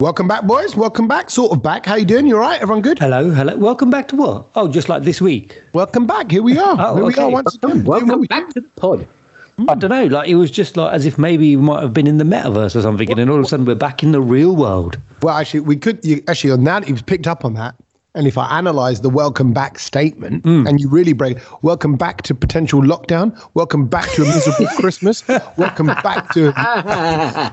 Welcome back, boys. Welcome back. Sort of back. How you doing? You all right? Everyone good? Hello, hello. Welcome back to what? Oh, just like this week. Welcome back. Here we are. Oh, Here we okay. are once again. Doing what Welcome we back to the pod. I don't know. Like it was just like as if maybe you might have been in the metaverse or something, and then all of a sudden we're back in the real world. Well, actually, we could. You, actually, on that, you've picked up on that. And if I analyze the welcome back statement Hmm. and you really break, welcome back to potential lockdown, welcome back to a miserable Christmas, welcome back to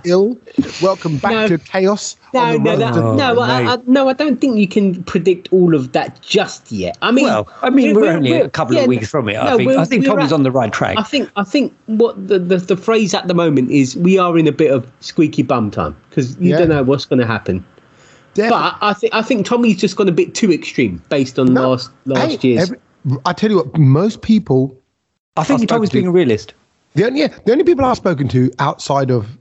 ill, welcome back No. to chaos. No, on the no, road that, to- no, Oh, I, I, no. I don't think you can predict all of that just yet. I mean, Well, I mean, we're, only a couple yeah, of weeks from it. I no, think. we're- I think we're Tommy's at- on the right track. I think I think what the, the the phrase at the moment is we are in a bit of squeaky bum time because you Yeah. don't know what's going to happen. Defi- But I think I think Tommy's just gone a bit too extreme based on No. last last Hey, year's. every- I tell you what, most people I think I spoke Tommy's to- being a realist. The only, yeah, the only people I've spoken to outside of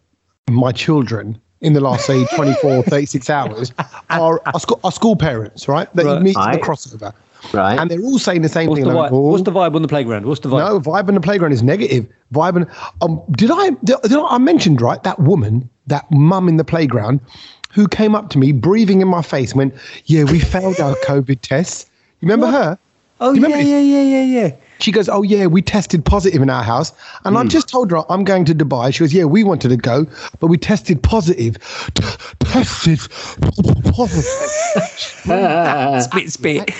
my children in the last, say, 24, 36 hours are, are, school, are school parents, right? That Right. you meet at Right. the crossover. Right. And they're all saying the same What's thing. the, like, vibe? "Oh, What's the vibe on the playground? What's the vibe? no, vibe in the playground is negative. Vibe in, um, did I did, did I I mentioned right that woman, that mum in the playground, who came up to me breathing in my face, and went, "Yeah, we failed our COVID tests." You remember her? Oh You yeah, remember yeah, yeah, yeah, yeah. She goes, Oh, yeah, we tested positive in our house. And Hmm. I just told her I'm going to Dubai. She goes, Yeah, we wanted to go, but we tested positive. T- tested positive. Spit, spit.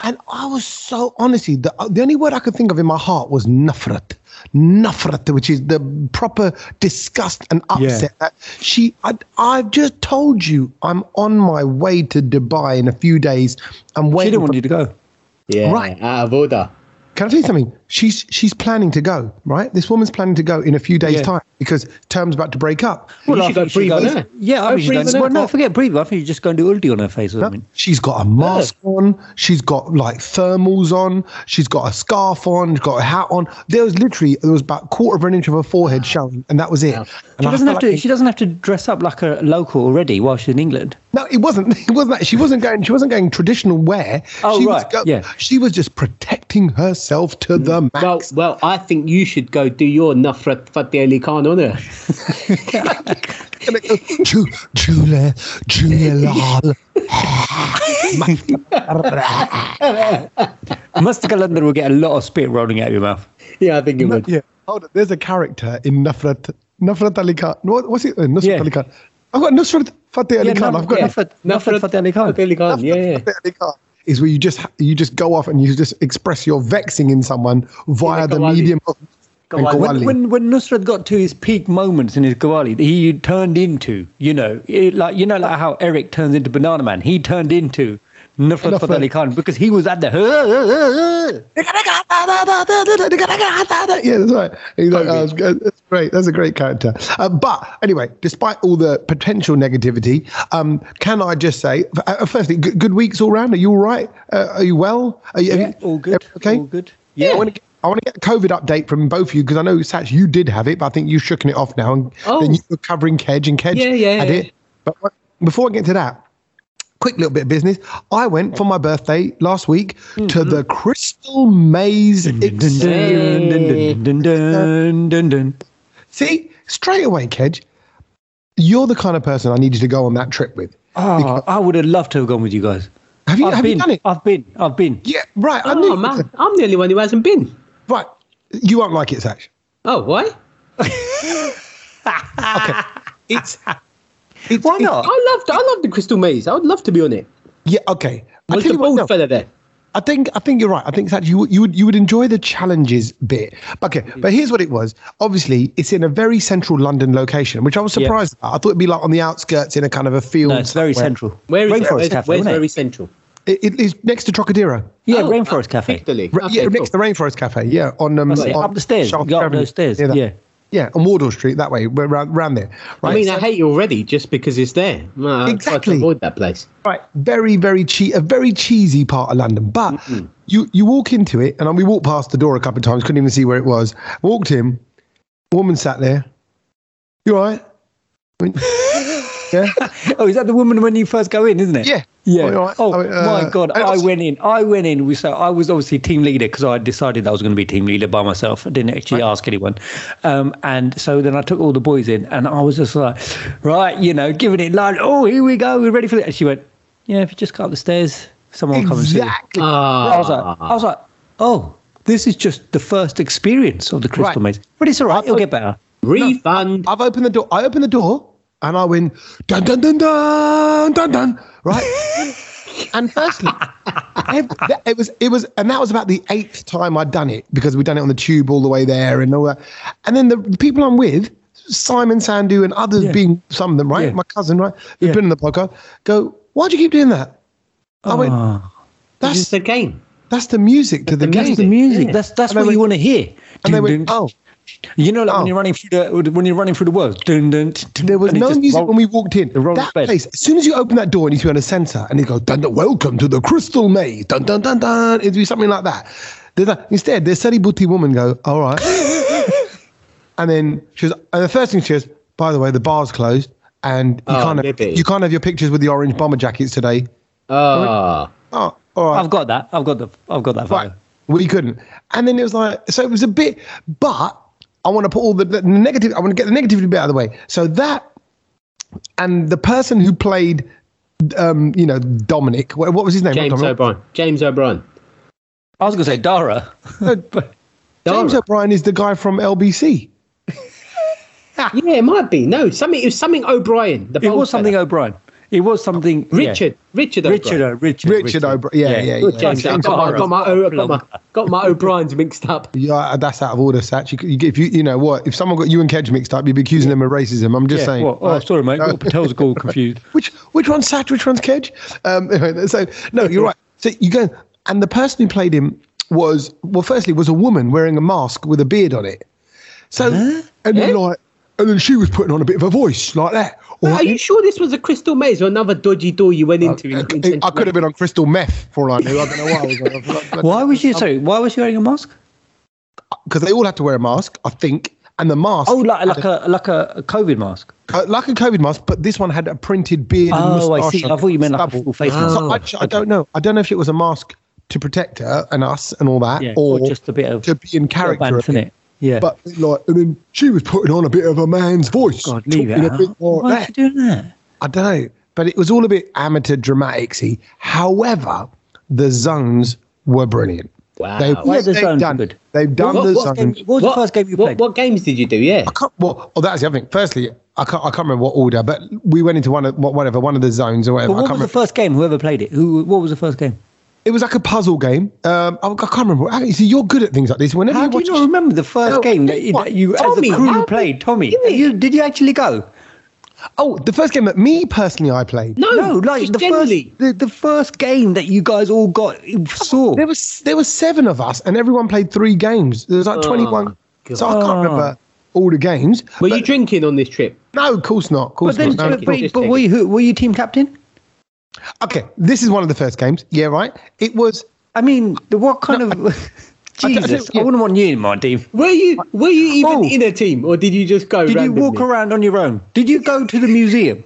and I was so, honestly, the, the only word I could think of in my heart was nafrat. Nafrat, which is the proper disgust and upset. That she, I, I've just told you I'm on my way to Dubai in a few days. I'm She waiting didn't for want you to go. yeah, right. out of order. Can I tell you something? She's she's planning to go, right? This woman's planning to go in a few days' Yeah. time because term's about to break up. Well, I think you should go breathe she'd on go- her. Yeah, I Go mean, breathe she's on her. well, no, forget breathe. I think you're just going to ulti on her face or something. She's got a mask on. She's got like thermals on. She's got a scarf on. She's got a hat on. There was literally there was about a quarter of an inch of her forehead showing, and that was it. And She I doesn't have felt to. like- She doesn't have to dress up like a local already while she's in England. no, it wasn't. It wasn't. That. She wasn't going. She wasn't going traditional wear. Oh, she right, Was go- yeah. Mm. She was just protecting herself to the max. Well, well, I think you should go do your Nafrat Fateh Ali Khan on her. Gonna go, Ju- Julia, Julia Lal. Mustika London will get a lot of spit rolling out of your mouth. Yeah, I think you would. Yeah. Hold on. There's a character in Nafrat Nafrat Ali Khan. What, what's it? Uh, Nusrat Yeah. Ali Khan. I've got Nusrat Fateh Ali Khan. I've got yeah. Nusrat Nafat, Nafat Fateh Ali Khan. Fateh Ali Khan, yeah, yeah. Fateh Ali Khan. Is where you just ha- you just go off and you just express your vexing in someone via Yeah, the Qawwali. medium of and When, Qawwali. when, when Nusrat got to his peak moments in his Gawali, he turned into, you know, it, like you know, like how Eric turns into Banana Man. He turned into Nusrat Fateh Ali Khan because he was at the. yeah, that's right. He's like, oh, that's, good. that's great. That's a great character. Uh, but anyway, despite all the potential negativity, um, can I just say, f- uh, firstly, good, good weeks all round? Are you all right? Uh, are you well? Are you, Yeah, all good. Okay. All good. Yeah. I want to get. I want to get a COVID update from both of you because I know Satch you did have it, but I think you shooken it off now, and Oh. then you were covering Kedge and Kedge Yeah, yeah, had yeah. it. But what- before I get to that, quick little bit of business. I went for my birthday last week to Mm-hmm. the Crystal Maze. Ex- Dun, dun, dun, dun, dun, dun, dun. See, straight away, Kedge, you're the kind of person I needed to go on that trip with. Oh, I would have loved to have gone with you guys. Have you, I've have been, you done it? I've been. I've been. yeah, right. I Oh, knew. man, I'm the only one who hasn't been. Right, you won't like it, Satch. Oh, why? It's, it's Why not? I loved, I loved the Crystal Maze. I would love to be on it. Yeah, okay. I Was tell the you what, bald no. fella there? I think I think you're right. I think that you would- you would you would enjoy the challenges bit. Okay, but here's what it was. Obviously, it's in a very central London location, which I was Yeah. surprised about. I thought it'd be like on the outskirts in a kind of a field. No, it's very somewhere. central. Where is it? Rainforest Where's- Cafe, Where's isn't it? very central? It, it is next to Trocadero. Yeah, Oh, Rainforest uh, Cafe. Piccadilly. Right, Okay, yeah, cool. next to the Rainforest Cafe. Yeah, on um, That's it, on up the stairs. Shaftesbury Go up Avenue. those stairs. that. Yeah. yeah, on Wardour Street that way, we're around, around there. Right, I mean, so- I hate you already just because it's there. No, I Exactly. Try to avoid that place. right, very very cheap, a very cheesy part of London. But you you walk into it, and we walked past the door a couple of times, couldn't even see where it was. Walked in, woman sat there. You all right? I mean, yeah, Oh, is that the woman when you first go in, isn't it? yeah. Yeah. you know, oh I mean, uh, my god! and I also- went in. I went in. We so I was obviously team leader because I decided that I was going to be team leader by myself. I didn't actually ask anyone. Um, and so then I took all the boys in, and I was just like, right, you know, giving it like, oh, here we go, we're ready for it. And she went, yeah, if you just go up the stairs, someone will come and see. you." Exactly. I was like, Ah, I was like, oh, this is just the first experience of the Crystal Right. Maze, but it's all right. It'll get better. refund. I've opened the door. I opened the door and I went dun dun dun dun dun dun. Right. and firstly, ev- that- it was it was, and that was about the eighth time I'd done it because we'd done it on the tube all the way there and all that. And then the people I'm with, Simon Sandu and others, being some of them, right, Yeah. my cousin, right, who've Yeah. been in the podcast, go. Why do you keep doing that? I went. Ah. That's That's the game. that's the music to the, That's game. That's the music. yeah. That's that's And they what you went- want to hear. and they Dun, went, dun. oh, You know, like Oh. when you're running through the when you're running through the world. Dun, dun, dun, dun, There was and it no just music roll- when we walked in. the roll That bed. place, as soon as you open that door and you on a centre and you go, dun, dun, welcome to the crystal maze, dun dun dun dun, it'd be something like that. There's a- instead, the Sally Booty woman go, all right. and then she was, and the first thing she goes, by the way, the bar's closed and you, Oh, can't, have, nippy. you can't have your pictures with the orange bomber jackets today. Ah, Oh, all right. I've got that. I've got the. I've got that. Right. photo. We couldn't. And then it was like, so it was a bit, but I want to put all the, the negative, I want to get the negativity bit out of the way. So that, and the person who played, um, you know, Dominic, what, what was his name? Not James Dominic. O'Brien. James O'Brien. I was gonna say Dara. James Dara. O'Brien is the guy from LBC. Yeah, it might be. No, something. It was something O'Brien. The It bald was something fella. O'Brien. It was something yeah. Richard. Richard. O'Brien. Richard. O- Richard. Richard O'Brien. Yeah, yeah, yeah. James, James I got my, O'Brien. got, my, O- got, my, got my O'Briens mixed up. Yeah, that's out of order, Satch. You, you, if you, you know what, if someone got you and Kedge mixed up, you'd be accusing them of racism. I'm just Yeah, saying. well, oh, sorry, mate. Got Patel's all confused. Which which one's Satch? Which one's Kedge? Um, anyway, so no, you're right. So you go, and the person who played him was well, firstly was a woman wearing a mask with a beard on it. So and then Eh? like, and then she was putting on a bit of a voice like that. Or- Are you sure this was a crystal maze or another dodgy door you went into? Uh, in, in I Central could have been on crystal meth for all I knew. I don't know why I was. Why was you sorry? Why was you wearing a mask? Because they all had to wear a mask, I think. And the mask, Oh, like like a like a COVID mask. uh, like a COVID mask, but this one had a printed beard. and Oh, I moustache see. on I thought you meant like a stubble. full face So mask. I, I don't know. I don't know if it was a mask to protect her and us and all that, Yeah, or, or just a bit of- to be in Got character. bands in it. Yeah. But like, I mean, she was putting on a bit of a man's voice. God, leave it. talking a Out. bit like Why that. are you doing that? I don't know, but it was all a bit amateur dramaticsy. However, the zones were brilliant. Wow. They, What- Yeah, the they've zones done, are good. They've done What, the what game, zones. what was the first game you what- played? What games did you do? Yeah. I can't, well, oh, that's the other thing. Firstly, I can't, I can't remember what order, but we went into one of what- whatever one of the zones or whatever. But I what can't was the remember. first game? Whoever played it? Who? What was the first game? It was like a puzzle game. Um, I, I can't remember. You see, you're good at things like this. Whenever How you do watch, you not remember the first No, game that you, what? that you Tommy, as a crew how- played? Tommy, Give me- you, did you actually go? oh, the first game that me personally I played. No, No, like just the generally. first the, the first game that you guys all got saw. There was Oh, there was seven of us, and everyone played three games. There was like 21. So I can't remember all the games. Were but- you drinking on this trip? No, of course not. Of course But then, not. No. but, Just but, but were you who, were you team captain? okay, this is one of the first games. Yeah, right. It was. I mean, the, what kind of I don't- I Jesus? don't- I, wouldn't want you in my team. Were you were you even Oh. in a team or did you just go? Did randomly? you walk around on your own? Did you go to the museum?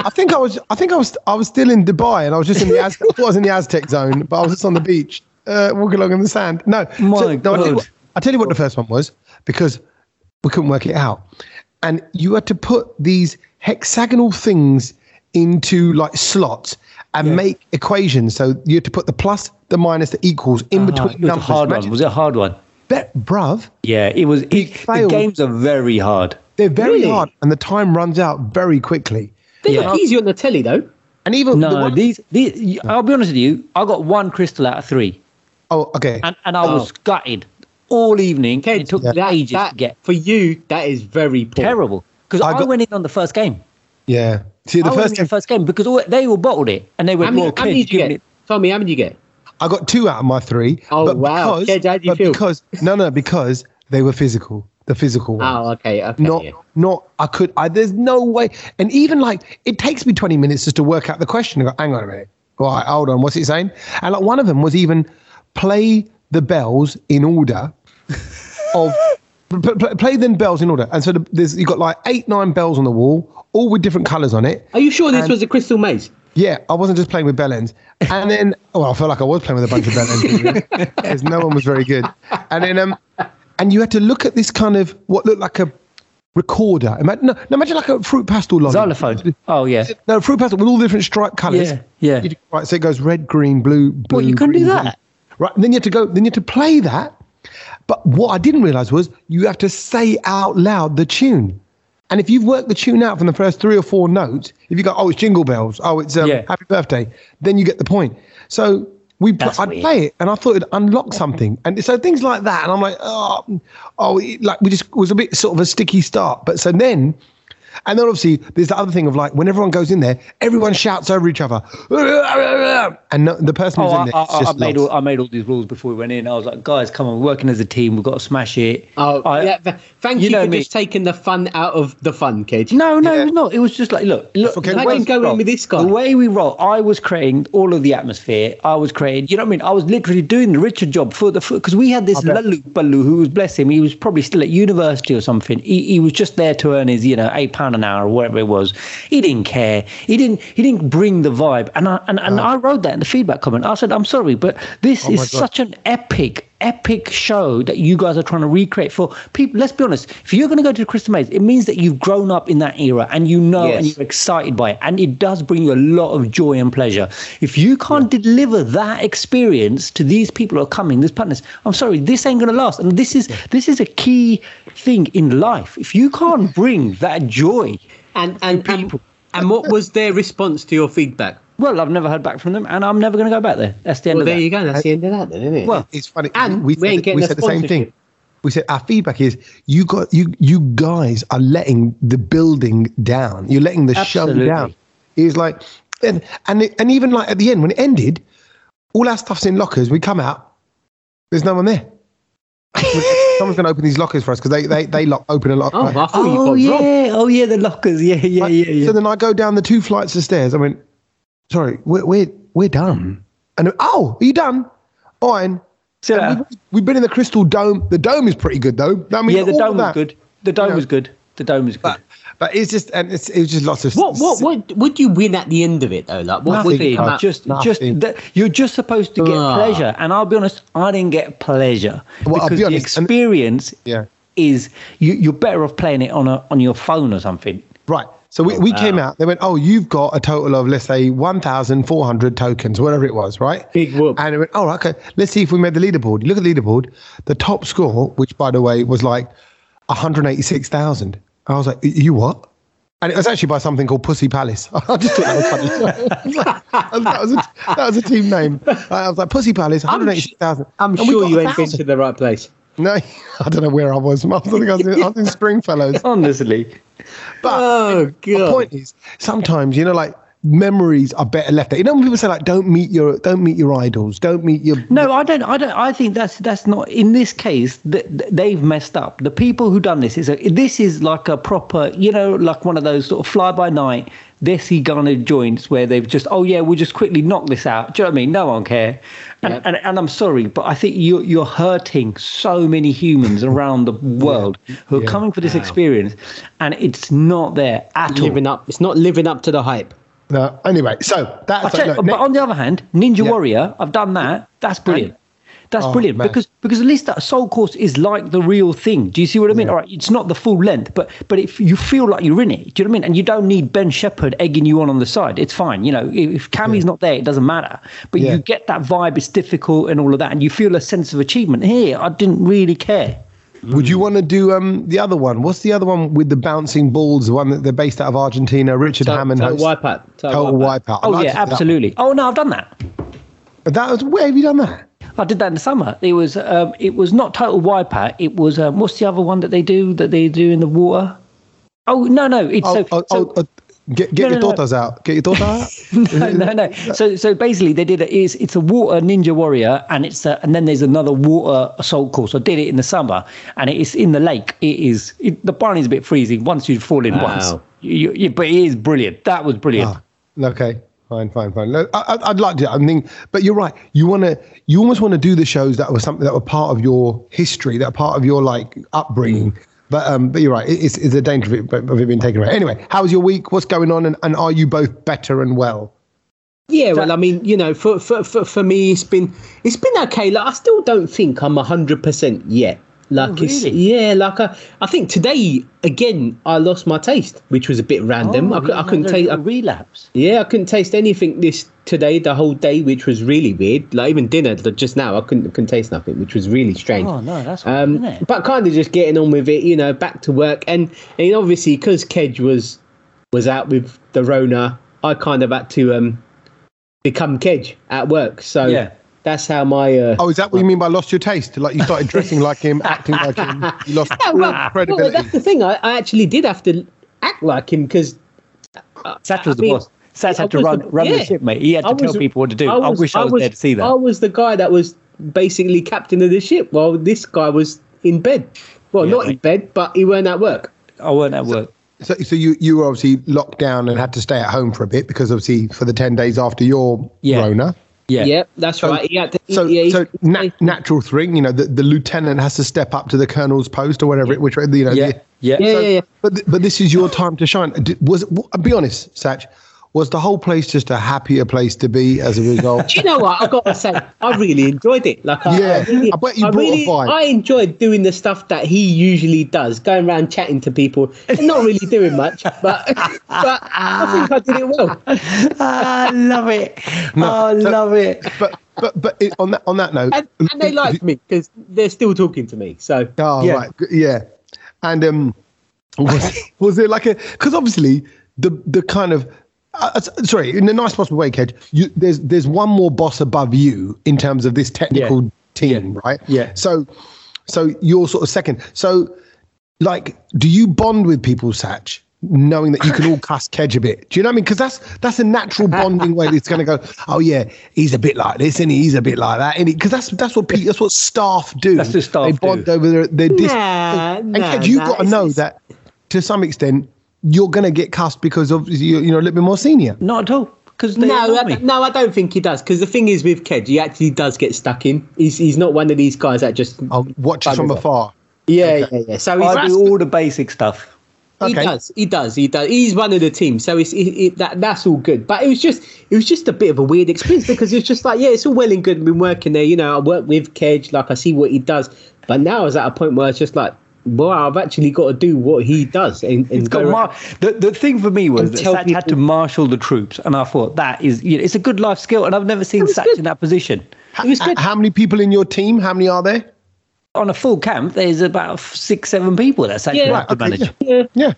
I think I was. I think I was. I was still in Dubai, and I was just in the. Az- I thought I was in the Aztec zone, but I was just on the beach, uh, walking along in the sand. No, Oh My no, I tell you God. what- I tell you what the first one was because we couldn't work it out, and you had to put these hexagonal things into like slots and make equations. So you had to put the plus, the minus, the equals in Ah, between it was a numbers. hard one. Imagine- Was it a hard one? Bet, bruv, Yeah, it was. It, the failed. games are very hard. they're very Really? hard, and the time runs out very quickly. They Yeah. look easy on the telly though. And even the No, one- these, these. I'll be honest with you. I got one crystal out of three, oh, okay. and, and I was gutted all evening. Ted, it took that- ages that- to get for you. That is very poor. terrible because I I, got- went in on the first game. yeah. See, the I first went in game the first game because all, they all bottled it and they How went, many, "Well, how many kids, did you get? it." Tommy, how many did you get? I got two out of my three. Oh, wow. Kedge, how do you but feel? Because no, no, because they were physical. The physical ones. Oh, okay, okay. Not, yeah. not. I could. I, there's no way. And even like, it takes me 20 minutes just to work out the question. I go, hang on a minute. All right, hold on. What's it saying? And like one of them was even play the bells in order of p- p- play them bells in order. And so the, there's you got like eight, nine bells on the wall, all with different colours on it. Are you sure this was a crystal maze? Yeah, I wasn't just playing with bell ends. And then, well, I felt like I was playing with a bunch of bell ends because no one was very good. And then, um, and you had to look at this kind of what looked like a recorder. Imagine, no, no, imagine like a fruit pastel lolly. Xylophone. Oh yeah. No, fruit pastel with all different stripe colours. Yeah, yeah. You- Right, so it goes red, green, blue, blue. Well, you couldn't do green, that. blue. Right, and then you had to go. Then you had to play that. But what I didn't realise was you have to say out loud the tune. And if you've worked the tune out from the first three or four notes, if you go, oh, it's Jingle Bells, oh, it's um, Yeah. Happy Birthday, then you get the point. So we, pl- That's I'd weird. play it, and I thought it'd unlock something, and so things like that. And I'm like, oh, oh, it- like we just it was a bit sort of a sticky start. But so then, and then obviously there's the other thing of like when everyone goes in there, everyone shouts over each other, and no, the person Oh, who's in I, there is I, I just made lost. all I made all these rules before we went in. I was like, guys, come on, we're working as a team. We've got to smash it. Oh, I- yeah. th- Thank you you, know for me. just taking the fun out of the fun, kid. No, no, Yeah. no. It was just like, look, look. Okay, the I way didn't we go in roll- with this guy. The way we roll, I was creating all of the atmosphere. I was creating, you know what I mean? I was literally doing the Richard job for the because we had this bet. Lalu Balu who was bless him. He was probably still at university or something. He, he was just there to earn his, you know, eight pound an hour or whatever it was. He didn't care. He didn't. He didn't bring the vibe. And I and, and I wrote that in the feedback comment. I said, I'm sorry, but this my is God. such an epic epic show that you guys are trying to recreate for people. Let's be honest. If you're going to go to the Crystal Maze, it means that you've grown up in that era and you know and Yes. you're excited by it, and it does bring you a lot of joy and pleasure. If you can't deliver that experience to these people who are coming, these partners, I'm sorry, this ain't going to last. And this is this is a key thing in life. If you can't bring that joy, And and people. And, what was their response to your feedback? well, I've never heard back from them, and I'm never going to go back there. That's the end Well, of there that. you go. That's the end of that, then, isn't it? Well, It's funny. And we we ain't said, getting we a said the same thing. sponsorship. We said our feedback is you got you you guys are letting the building down. You're letting the show Absolutely. down. It's like and and it- and even like at the end when it ended, all our stuff's in lockers. We come out, there's no one there. Someone's gonna open these lockers for us because they they they lock open a lot. oh, I thought you Oh got yeah, robbed. oh yeah, the lockers, yeah, yeah, yeah, yeah. So then I go down the two flights of stairs. I went, sorry, we're we're we're done. And oh, are you done? Oh, and See you And later. we've, we've been in the Crystal Dome. The dome is pretty good, though. I mean, yeah, the all dome was that- good. The dome know. was good. The dome was good. But, but it's just, and it's, it was just lots of What what what would you win at the end of it though? Like what would nothing. you come out? Just, just Nothing. that you're just supposed to get Ah. pleasure. And I'll be honest, I didn't get pleasure Well, I'll because be the honest, and- experience Yeah, is you, you're better off playing it on a on your phone or something. right. So we, we came out. They went, oh, you've got a total of let's say one thousand four hundred tokens, whatever it was, right? Big whoop. And it went, oh, okay. Let's see if we made the leaderboard. You look at the leaderboard. The top score, which by the way was like one hundred eighty six thousand. I was like, you what? And it was actually by something called Pussy Palace. I just thought that was funny. I was like, that, was a, that was a team name. I was like, Pussy Palace, I'm, 186,000. I'm And we sure got you ain't been 1,000. to the right place. No, I don't know where I was. I think I was in, I was in Springfellows. Honestly, But Oh the god. point is, sometimes you know, like memories are better left. there. You know, when people say like, "Don't meet your, don't meet your idols, don't meet your." no, I don't. I don't. I think that's that's not in this case. Th- th- they've messed up. The people who done this is a, this is like a proper, you know, like one of those sort of fly by night Desi Ghana joints where they've just, oh yeah, we'll just quickly knock this out. Do you know what I mean? No one care. And and, and I'm sorry, but I think you you're hurting so many humans around the world who are coming for this experience, and it's not there at all. Living up. It's not living up to the hype. No. Anyway, so I that's tell you, no, but ne- on the other hand, Ninja Yeah. Warrior, I've done that. That's brilliant. That's Oh, brilliant man. because because at least that soul course is like the real thing. Do you see what I mean? All right, it's not the full length, but but if you feel like you're in it, do you know what I mean? And you don't need Ben Shepherd egging you on on the side. It's fine. You know, if, if Cammy's not there, it doesn't matter. But Yeah. you get that vibe. It's difficult and all of that, and you feel a sense of achievement. Here, I didn't really care. would you want to do um the other one? What's the other one with the bouncing balls? The one that they're based out of Argentina. Richard Hammond. Total hosts- wipeout. Total wipeout. I'd Oh like yeah, to do that absolutely. Oh no, I've done that. one. But that was where have you done that? I did that in the summer. It was um, it was not total wipeout. It was um, what's the other one that they do that they do in the water? Oh no no it's Oh, so, oh, so- oh, oh, get get No, your no, no. daughters out. Get your daughter out. no no no. So so basically they did it is it's a water ninja warrior and it's a, and then there's another water assault course. I did it in the summer and it's in the lake. It is it, the barney's a bit freezing once you fall in once. Wow. You, you, but it is brilliant. That was brilliant. Ah, okay. Fine, fine, fine. No, I, I- I'd like to. I mean, but you're right. You want to. You almost want to do the shows that were something that were part of your history, that are part of your like upbringing. Mm. But um, but you're right. It, it's, it's a danger of it, of it being taken away. Anyway, how was your week? What's going on? And, and are you both better and well? Yeah, well, I mean, you know, for, for, for, for me, it's been it's been okay. Like, I still don't think I'm hundred percent yet. Like, Oh, it's, really? yeah, like I, I think today again I lost my taste, which was a bit Oh, random. I, cou- I couldn't taste. a I- relapse. Yeah, I couldn't taste anything this today the whole day, which was really weird. Like even dinner like, just now, I couldn't couldn't taste nothing, which was really strange. Oh no, that's weird, Um, isn't it? but kind of just getting on with it, you know, back to work, and and obviously because Kedge was was out with the Rona, I kind of had to um become Kedge at work. So Yeah. that's how my uh, Oh, is that what you mean by lost your taste? Like you started dressing like him, acting like him. You lost Yeah, all well, Ah, well, credibility. that's the thing. I, I actually did have to act like him because Sat was I the mean, boss. Sat I had to was run the- run yeah. the ship, mate. He had to tell people what to do. I, wish I was, there to see that. I was the guy that was basically captain of the ship while this guy was in bed. Well, Yeah, not in mate. bed, but he weren't at work. I weren't at work. so, so you you were obviously locked down and had to stay at home for a bit because obviously for the ten days after your Yeah. Rona. Yeah. Yeah, that's right. He had to, So, yeah, he- so na- he- natural thing, you know, the, the lieutenant has to step up to the colonel's post or whatever, it which you know, Yeah. the- Yeah. yeah, yeah, yeah. But th- but this is your time to shine. Did, was w- be honest, Satch? Was the whole place just a happier place to be as a result? Do you know what? I've got to say, I really enjoyed it. Like, I, Yeah, I, really, I bet you brought a really, vibe. I enjoyed doing the stuff that he usually does, going around chatting to people and not really doing much, but, but I think I did it well. I love it. I love it. but but but it, on that on that note, And, and they liked me because they're still talking to me. So Oh, Yeah. right. G- Yeah. And um, was, was there like a, because obviously the, the kind of, uh, uh, s- sorry, in the nice possible way, Kedge, you, there's, there's one more boss above you in terms of this technical team, right? Yeah. So, so you're sort of second. So, like, do you bond with people, Satch? Knowing that you can all cuss Kedge a bit, do you know what I mean? Because that's that's a natural bonding way. It's going to go. Oh yeah, he's a bit like this, and he's a bit like that, and because that's that's what pe- that's what staff do. That's what staff They bond do. over their, their dis- Nah, and nah, Kedge, you've nah, got to it's- know it's- that to some extent you're going to get cussed because of you you know a little bit more senior. Not at all. Because they no, ignored I, me. no, I don't think he does. Because the thing is with Kedge, he actually does get stuck in. He's he's not one of these guys that just I'll watch it from Buggers off. afar. yeah yeah yeah. So he's, I do all the basic stuff. he Okay. does he does he does. He's one of the team, so it's it, it, that that's all good. But it was just it was just a bit of a weird experience because it's just like yeah, it's all well and good. I've been working there, you know. I work with Kedge, like I see what he does. But now I was at a point where it's just like, wow, I've actually got to do what he does and, and It's got go- mar- the, the thing for me was And that tell Satch had to marshal the troops, and I thought that is you know, it's a good life skill, and I've never seen was Satch good. in that position. H- It was h- good. How many people in your team? How many are there? On a full camp, there's about f- six, seven people that Satch Yeah. had Right, to manage. yeah. Yeah. Yeah.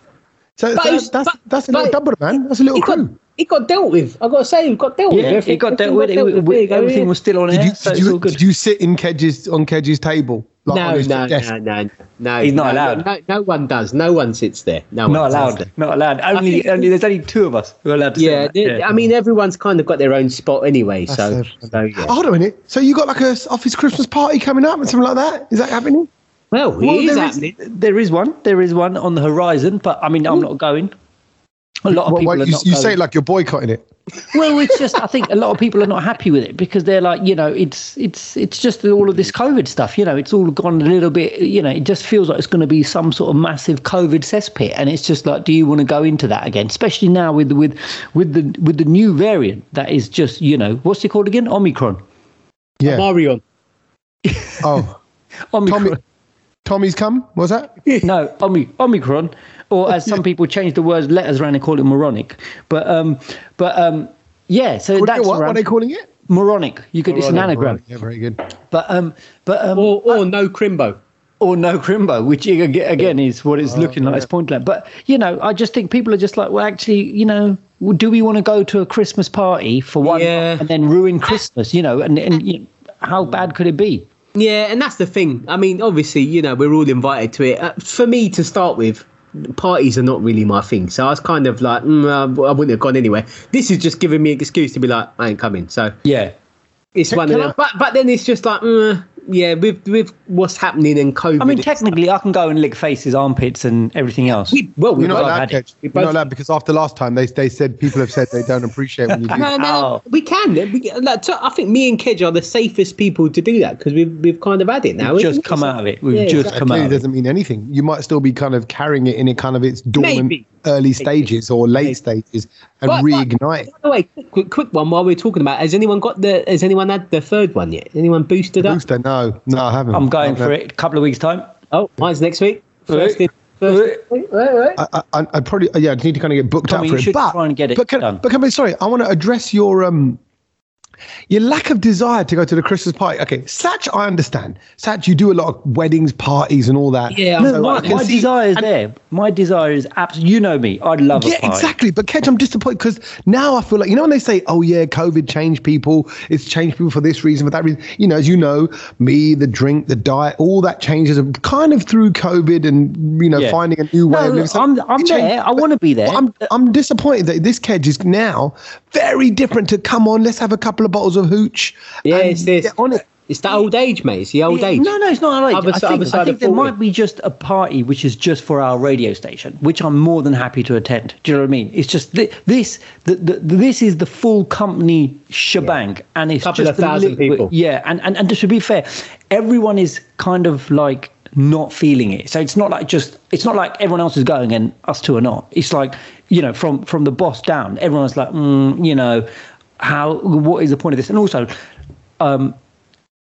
So, But so it's- that's but- that's a but little double, man. That's a little It got, crew. it got dealt with. I've got to say, it got dealt with. Yeah, it got dealt with. It, got dealt it- There you go, everything yeah. was still on Did air, you, so did, it's all you, good. did you sit in Kedge's on Kedge's table? Like on No, his no, desk? no, no, no. He's not no, allowed. No, no one does. No one sits there. No one not sits allowed. there. Not allowed. Only, think- only there's only two of us who are allowed to. sit Yeah, on that. they- I mean, everyone's kind of got their own spot anyway. That's So, so so, yeah. Oh, hold on a minute. So you got like a s- office Christmas party coming up and something like that? Is that happening? well, it Well, is there, happening. is, there is one. There is one on the horizon, but I mean, I'm not going. A lot of Well, people wait, are you not you going. say it like you're boycotting it. well, it's just I think a lot of people are not happy with it because they're like, you know, it's it's it's just all of this COVID stuff. You know, it's all gone a little bit. You know, it just feels like it's going to be some sort of massive COVID cesspit, and it's just like, do you want to go into that again? Especially now with with with the with the new variant that is just, you know, what's it called again? Omicron. Yeah. Marion. Oh, Omicron. Tommy, Tommy's come. Was that? no, Omi- Omicron, or as some people change the words letters around and call it moronic. But um, but um, yeah. So What, that's what, what are around. they calling it? moronic. You could it's an anagram. Right, yeah, very good. But um, but um, Or, Uh, or no Crimbo. or no Crimbo, which ag- ag- again is what it's looking like. It's pointless. But you know, I just think people are just like, well, actually, you know, well, do we want to go to a Christmas party for one Yeah. and then ruin Christmas? You know, and and you how bad could it be? Yeah, and that's the thing. I mean, obviously, you know, we're all invited to it. Uh, for me, to start with, parties are not really my thing. So I was kind of like, mm, uh, I wouldn't have gone anywhere. This is just giving me an excuse to be like, I ain't coming. So Yeah. it's one of can them. I- But but then it's just like, mm, yeah, with with what's happening and COVID. I mean, technically, I can go and lick faces, armpits, and everything else. we, well, we You're not both allowed, had it. Kedge. We You're not both- allowed because after last time, they they said people have said they don't appreciate when you do. No, no, Oh. we can. We, like, so I think me and Kedge are the safest people to do that because we've we've kind of had it now. We've isn't just come So- out of it. We've Yeah, just exactly. come Clearly out. Of it. doesn't mean anything. You might still be kind of carrying it in a kind of its dormant Maybe, early stages or late stages and But- but- reignite. By the way, quick, quick one while we're talking about. it. Has anyone got the? Has anyone had the third one yet? Anyone boosted up? Booster, no, no, I haven't. I'm going I've, for uh, it. A couple of weeks time. Oh, mine's next week. First Right. in, first in- right, right. I, I, I probably yeah, I need to kind of get booked up Tommy, you for it. should But try and get it but can, done. But can I, sorry, I want to address your um your lack of desire to go to the Christmas party. Okay, Satch, I understand. Satch, you do a lot of weddings, parties, and all that. Yeah, No, I'm- I My, can my see- desire is there. My desire is absolutely. You know me. I'd love Yeah, a party. exactly. But Kedge, I'm disappointed because now I feel like you know when they say, "Oh yeah, COVID changed people. It's changed people for this reason, for that reason." You know, as you know, me, the drink, the diet, all that changes are kind of through COVID and you know Yeah. finding a new way No, of living. So I'm- I'm it changed. there. I But- wanna be there. but I'm I'm disappointed that this Kedge is now very different to come on. Let's have a couple of bottles of hooch. Yeah, and it's this. get on it. It's the old age, mate. It's the old Yeah, age. No, no, it's not. Like, Other I si- other think, side I of think there 40. might be just a party which is just for our radio station, which I'm more than happy to attend. Do you know what I mean? It's just thi- this. The, the, this is the full company shebang, and it's Couple just of the thousand people. Yeah, and, and and just to be fair, everyone is kind of like not feeling it. So it's not like just it's not like everyone else is going and us two are not. It's like you know from from the boss down, everyone's like, mm, you know, how what is the point of this? And also, um,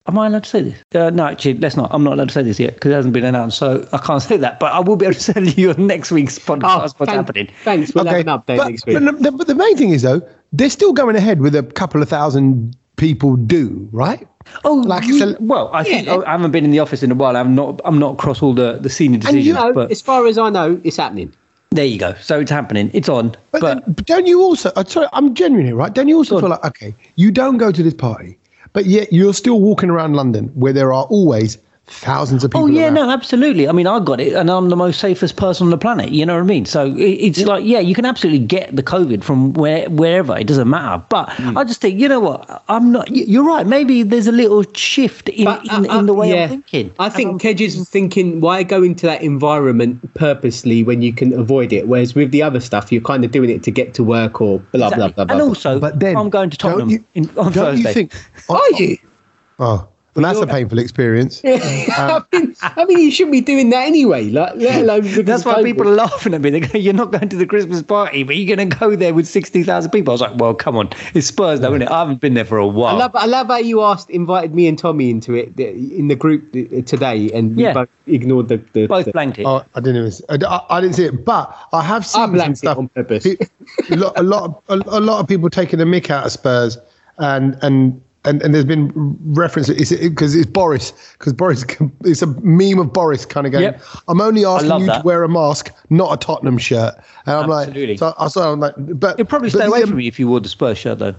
Am I allowed to say this? Uh, no, actually, let's not. I'm not allowed to say this yet because it hasn't been announced, so I can't say that. But I will be able to tell you on next week's Oh, podcast what's thank- happening. Thanks. We'll have an but, update next week. but the, but the main thing is though, they're still going ahead with a couple of thousand people do right. Oh, Like you- it's a- well, I think Yeah. oh, I haven't been in the office in a while. I'm not. I'm not across all the the senior And decisions. you know, but as far as I know, it's happening. there you go. So it's happening. It's on. But, But, then, but don't you also? I'm sorry, I'm genuine here, right? Don't you also Go feel on. like okay, you don't go to this party, but yet you're still walking around London where there are always thousands of people. oh yeah, around. no, absolutely. I mean, I got it, and I'm the most safest person on the planet. You know what I mean? So it, it's like, yeah, you can absolutely get the COVID from where wherever. It doesn't matter. But Hmm. I just think, you know what? I'm not. y- You're right. Maybe there's a little shift in But, in, uh, in the way yeah. I'm thinking. I think Kedge is thinking, why go into that environment purposely when you can avoid it? Whereas with the other stuff, you're kind of doing it to get to work or blah, blah, blah, blah. and blah. also, But then I'm going to don't Tottenham you- in, don't on Thursday. you think? Are you? Oh, well, that's a painful experience. Uh, Um, I, mean, I mean, you shouldn't be doing that anyway. Like, let alone because That's of why COVID. people are laughing at me. They go, "You're not going to the Christmas party, but you're going to go there with sixty thousand people." I was like, "Well, come on, it's Spurs, though, isn't it? I haven't been there for a while." Hmm. I love, I love how you asked, invited me and Tommy into it the- in the group th- today, and Yeah. we both ignored the. the Both the- blanked it. Oh, I didn't even. see- I, I- I didn't see it, but I have seen I some blanked it stuff. on purpose. a lot, a lot, of, a, a lot of people taking the mick out of Spurs, and and and, and there's been references because it's Boris, because Boris, it's a meme of Boris kind of going. Yep. I'm only asking love you that. to wear a mask, not a Tottenham shirt. And I'm Absolutely. like, so I saw, I'm like, but You'd probably but stay the- away um, from me if you wore the Spurs shirt, though.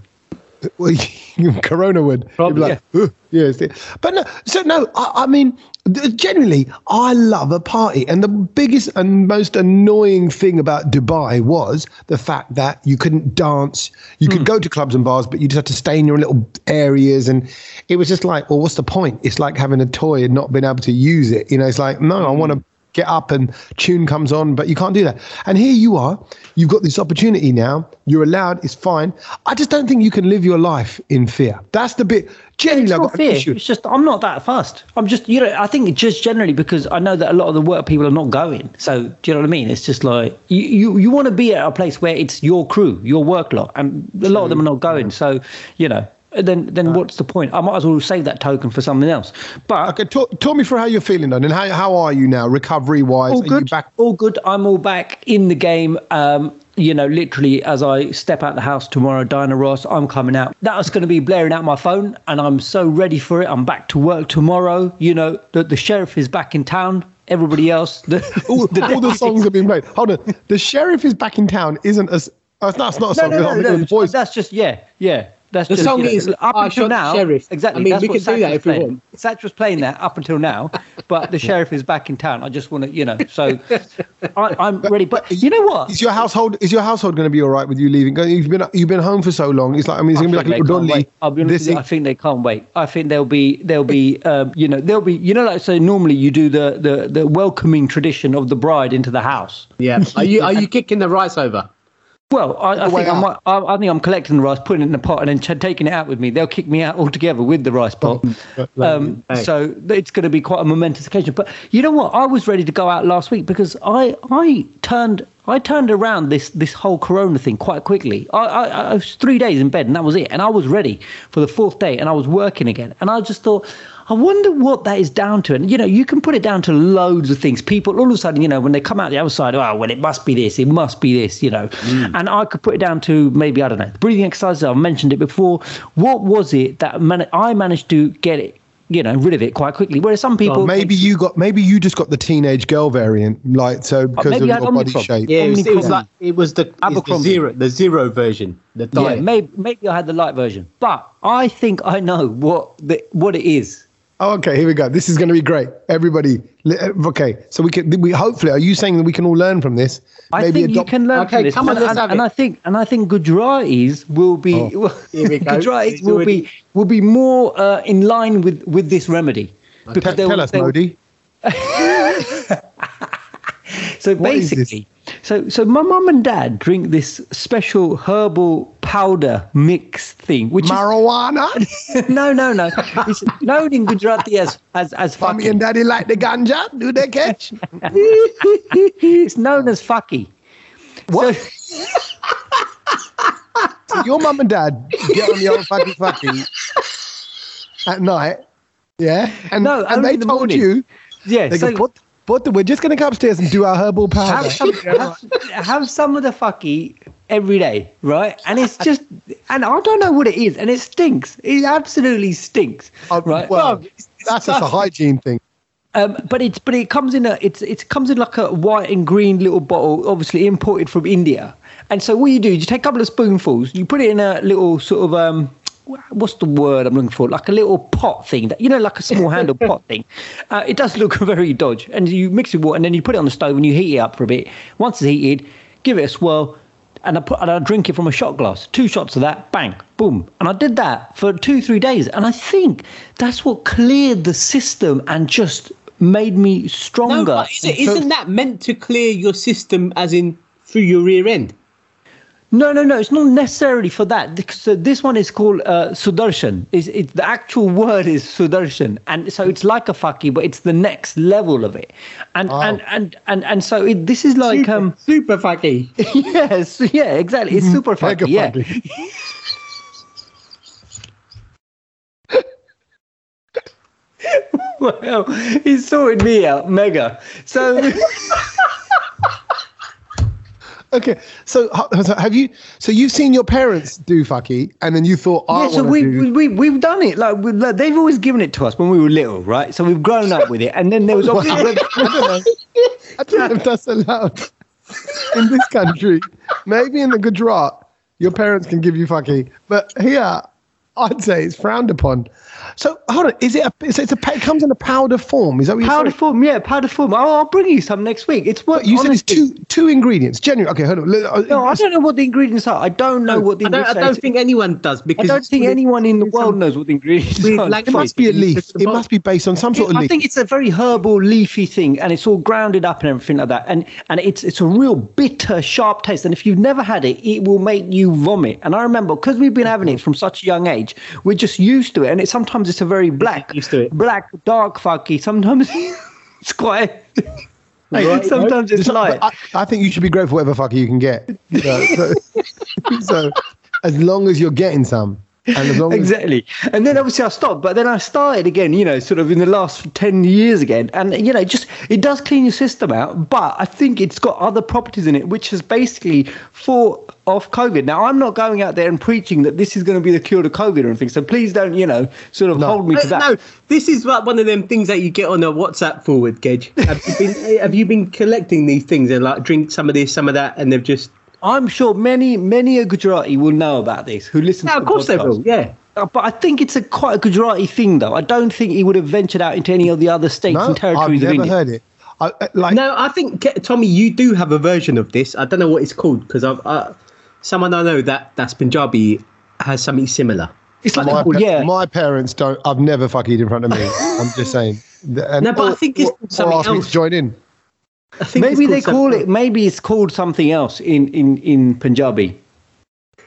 well, Corona would You'd be Probably, like, "Ugh, yeah. it's the-" But no, so no, I, I mean, th- generally, I love a party, and the biggest and most annoying thing about Dubai was the fact that you couldn't dance. You could go to clubs and bars, but you just had to stay in your little areas, and it was just like, well, what's the point? It's like having a toy and not being able to use it. You know, it's like, no, I want to get up and tune comes on, but you can't do that. And here you are, you've got this opportunity now, you're allowed, it's fine. I just don't think you can live your life in fear. That's the bit. Generally, I've It's got not an fear. issue. It's just I'm not that fussed. I'm just you know I think just generally because I know that a lot of the work people are not going. So do you know what I mean? It's just like you you, you want to be at a place where it's your crew, your work lot, and a lot of them are not going. So you know then then what's the point? I might as well save that token for something else. But Okay, talk, talk me through how you're feeling, then, and how, how are you now, recovery wise? all are you good. back? All good. I'm all back in the game. Um, you know, literally as I step out the house tomorrow, Diana Ross, I'm coming out. That was going to be blaring out my phone, and I'm so ready for it. I'm back to work tomorrow. You know, the, the sheriff is back in town. Everybody else, the, All, all the deputies- songs have been played. Hold on, the sheriff is back in town. Isn't as that's not, that's not a No, song. no, no, it's no. a voice. That's just yeah, yeah. That's The just, song you know, is up I until Shot the now. Sheriff. Exactly. I mean, that's we what can do Satch that was if we playing. want. Satch was playing that up until now, but the sheriff is back in town. I just want to, you know. So I, I'm ready. But you know what? Is your household is your household going to be all right with you leaving? 'Cause You've been you've been home for so long. It's like I mean, it's going to be like a think little they can't dolly. wait. I'll be honest This with you, I thing- think they can't wait. I think there'll be there'll be um, you know there'll be you know like so normally you do the the the welcoming tradition of the bride into the house. Yeah. Are you are you kicking the rice over? Well, I, I way think I, out. might, I, I think I'm collecting the rice, putting it in a pot, and then ch- taking it out with me. They'll kick me out altogether with the rice pot. Um, Hey. so it's going to be quite a momentous occasion. But you know what? I was ready to go out last week because I I turned I turned around this this whole Corona thing quite quickly. I, I, I was three days in bed and that was it, and I was ready for the fourth day, and I was working again, and I just thought. I wonder what that is down to. And, you know, you can put it down to loads of things. People, all of a sudden, you know, when they come out the other side, oh, well, it must be this, it must be this, you know. Mm. And I could put it down to maybe, I don't know, breathing exercises. I've mentioned it before. What was it that man- I managed to get it? You know, rid of it quite quickly. Whereas some people, well, maybe think, you Uh, got, maybe you just got the teenage girl variant, like so because of your Omnicron. body shape. Yeah, it was, it was, like it was the, the zero, the zero version. The diet. yeah, maybe maybe I had the light version, but I think I know what the, what it is. Oh, okay, here we go. This is going to be great. Everybody, uh, okay. So we can, we hopefully, are you saying that we can all learn from this? I Maybe think adopt- you can learn okay, from this. Come on, and, let's and, and I think, and I think Gujaratis will be, oh. will, Gujaratis will already. be, will be more uh, in line with with this remedy. Okay. Because tell, tell us, they, Modi. so basically, so so my mum and dad drink this special herbal powder mix thing, which marijuana. Is, no, no, no. It's known in Gujarati as as as fucking. Mommy and daddy like the ganja. Do they catch? it's known as fucky. What? So, so your mum and dad get on the old fucky fucky at night, yeah, and no, and they the told morning. you, yeah, they so, go, put but we're just going to go upstairs and do our herbal powder. Have some, have, have some of the fucky every day, right? And it's just, and I don't know what it is, and it stinks. It absolutely stinks, uh, right? Well, no, that's just a hygiene thing. Um, but it's but it comes in a it's it comes in like a white and green little bottle, obviously imported from India. And so what you do, you take a couple of spoonfuls, you put it in a little sort of um, what's the word I'm looking for? Like a little pot thing that you know, like a small handle pot thing. Uh, it does look very dodge. And you mix it with water, and then you put it on the stove and you heat it up for a bit. Once it's heated, give it a swirl, and I put and I drink it from a shot glass. Two shots of that, bang, boom. And I did that for two, three days, and I think that's what cleared the system and just made me stronger. No, is it, isn't that meant to clear your system, as in through your rear end? No, no, no. It's not necessarily for that. So this one is called uh, sudarshan. Is it the actual word is sudarshan, and so it's like a faki, but it's the next level of it. And oh. and, and and and so it, this is like super, um super faki. yes, yeah, exactly. It's super faki. Yeah. Funky. well, he sorted me out, mega. So. okay. So, so, have you? So you've seen your parents do fucky, and then you thought, I yeah. So we, do. we we have done it. Like, we, like, they've always given it to us when we were little, right? So we've grown up with it, and then there was obviously. Well, I, I, don't know. I don't know if that's allowed in this country. Maybe in the Gujarat, your parents can give you fucky, but here. I'd say it's frowned upon. So hold on, is it a, it's, it's a it comes in a powder form? Is that what you're powder saying? form? Yeah, powder form. I'll, I'll, bring you some next week. It's what you honestly, said. It's two two ingredients. Genuine. Okay, hold on. uh, No, I don't know what the ingredients are. I don't know what the. I don't, I don't think anyone does because I don't think anyone in the world knows what the ingredients are. Like, it must be a leaf. It must be based on some sort of leaf. I think it's a very herbal leafy thing, and it's all grounded up and everything like that. And and it's it's a real bitter, sharp taste. And if you've never had it, it will make you vomit. And I remember because we've been having it from such a young age. We're just used to it, and it sometimes it's a very black, it. black, dark fucky. Sometimes it's quite. Right, sometimes right? it's light. I, I, think you should be grateful for whatever fucker you can get. So, so, so, as long as you're getting some. And as long exactly. As- and then obviously I stopped, but then I started again, you know, sort of in the last 10 years again. And, you know, just it does clean your system out, but I think it's got other properties in it, which is basically for off COVID. Now, I'm not going out there and preaching that this is going to be the cure to COVID or anything. So please don't, you know, sort of no. hold me Uh, to that. No, this is like one of them things that you get on a WhatsApp forward, Gedge. Have you been, eh, have you been collecting these things and like drink some of this, some of that, and they've just. I'm sure many, many a Gujarati will know about this who listen no, to Uh, of course podcast. they will, yeah. But I think it's a quite a Gujarati thing, though. I don't think he would have ventured out into any of the other states no, and territories I've never of India. heard it. I, uh, like, no, I think Tommy, you do have a version of this. I don't know what it's called because I've I, someone I know that that's Punjabi has something similar. It's like my, pa- yeah. my parents don't. I've never fucking in front of me. I'm just saying. And, no, but or, I think it's or, something or ask else. Me to join in. I think maybe they call something. it. Maybe it's called something else in in in Punjabi.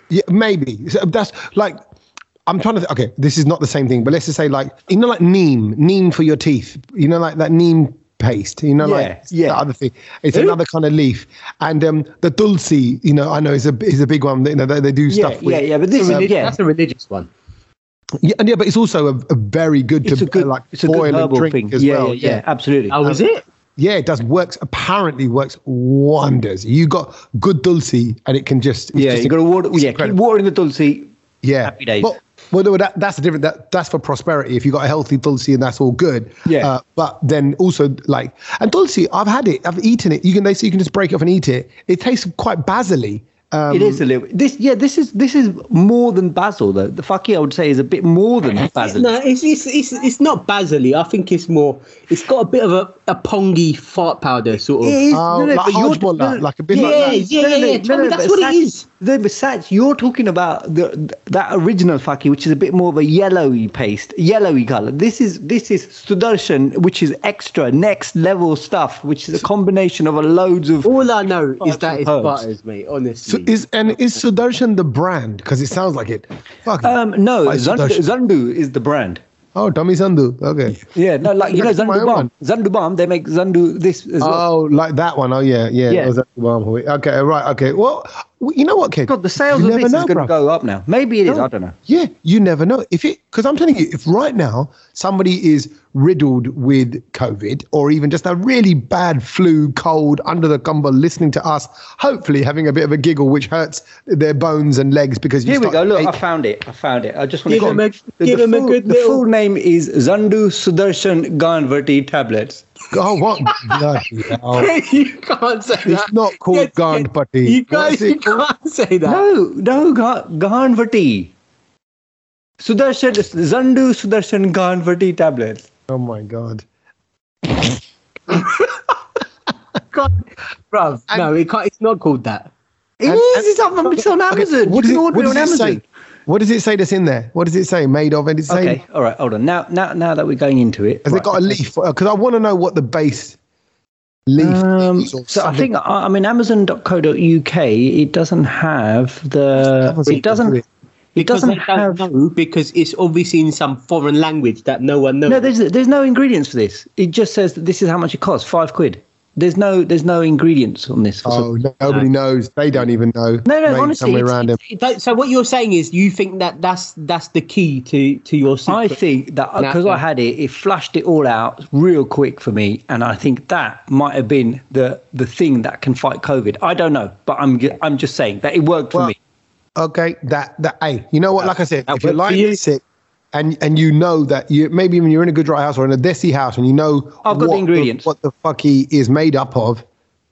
Yeah, maybe so that's like. I'm trying to. Th- okay, this is not the same thing, but let's just say like you know, like neem, neem for your teeth. You know, like that neem paste, you know, Yeah, like it's yeah. the other thing. It's Who? another kind of leaf. And um, the dulce, you know, I know is a is a big one. You know, they, they do Yeah, stuff with. yeah, yeah. But this Relig- is yeah. That's a religious one. Yeah, and yeah, but it's also a, a very good It's to a good, uh, like it's a good boil and herbal drink thing. as yeah, well. yeah, yeah, absolutely. Oh, is it? Yeah, it does works. Apparently, works wonders. You got good dulce, and it can just it's yeah, just you got to water. Yeah, keep incredible. watering the tulsi. yeah. happy days. Well, well, no, that, that's the different. That, that's for prosperity. If you got a healthy dulce, and that's all good. Yeah. Uh, but then also like and dulce, I've had it. I've eaten it. You can they say you can just break it off and eat it. It tastes quite basily. Um, it is a little. This yeah, this is this is more than basil though. The fakir I would say is a bit more than basil. No, it's, it's it's it's not basil. I think it's more. It's got a bit of a, a pongy fart powder sort of. It is- Oh, like but you're- hajmola, like a bit like that. Yeah, yeah, yeah, Tommy, that's but what it Sach- is. No, but Sach, you're talking about the, that original faki, which is a bit more of a yellowy paste, yellowy color. This is this is sudarshan, which is extra next level stuff, which is a combination of a loads of. All I know is Herbs that and it's herbs. butters, mate. So Honestly, is and is Sudarshan the brand? Because it sounds like it. Fuck. Um, no, Why Zandu, Sudarshan? Zandu is the brand. oh, Tommy Sandu. Okay. Yeah, no, like you know, That's my Zandu own Balm. Zandu Balm, they make Zandu this as well. Oh, like that one. Oh, yeah, yeah. Yeah. That was that one. Okay, right. Okay. Well, you know what, kid? God, the sales you of never this know, is going to bruv. go up now. Maybe it is. No. I don't know. Yeah, you never know. If it, because I'm telling you, if right now somebody is riddled with COVID or even just a really bad flu, cold, under the cumber, listening to us, hopefully having a bit of a giggle, which hurts their bones and legs because you Here we start go. Look, I ache- found it. I found it. I just want Give to him a- the, give the him a full, good The little- full name is Zandu Sudarshan Ganvati tablets. oh, what? Bloody hell. you can't say that. It's not called Yes, yes. Ganpati. You What guys, is you it can't say that. No, no, Ga- Ganvati. Sudarshan Zandu Sudarshan Ganvati tablets. Oh my god. can't, bruv, no, it can't, it's not called that. It is. And- and- It's, up on, it's on Okay, Amazon. what you does can it- order what it on does it say? Amazon. What does it say that's in there? What does it say? Made of? And it's saying Okay. All right. Hold on. Now, now, now that we're going into it, Has right, it got a okay. leaf? Because I want to know what the base leaf Um, is. or so I something. think I I mean Amazon.co.uk. It doesn't have the. Amazon It doesn't. do It, it. Because doesn't they don't have. know, because it's obviously in some foreign language that no one knows. No, there's there's no ingredients for this. It just says that this is how much it costs, five quid. There's no there's no ingredients on this. Oh, nobody knows. They don't even know. no, no, Maybe honestly, somewhere it's- around it's- them. That- so what you're saying is you think that that's that's the key to to your Oh, secret. I think that Nah, because nah. I had it, it flushed it all out real quick for me, and I think that might have been the the thing that can fight COVID. I don't know, but I'm ju- I'm just saying that it worked for Well, me. Okay, that that. Hey, you know what? Like I said, that if you're worked for lying you. sick, and and you know that you maybe even you're in a good dry house or in a desi house, and you know I've got the what ingredients. what the fuck he is made up of.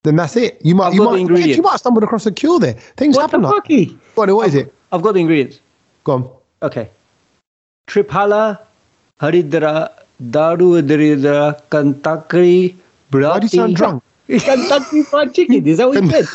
Then that's it. You might I've you got the might ingredients. you might have stumbled across a cure there. Things what the happen. like. fuck? eh? Go on, what is it? I've got the ingredients. Go on. Okay. Triphala, Haridra, Daru Daridra, Kantakri, Brati. Why do you sound drunk? Can that be fried chicken? Is that what you said?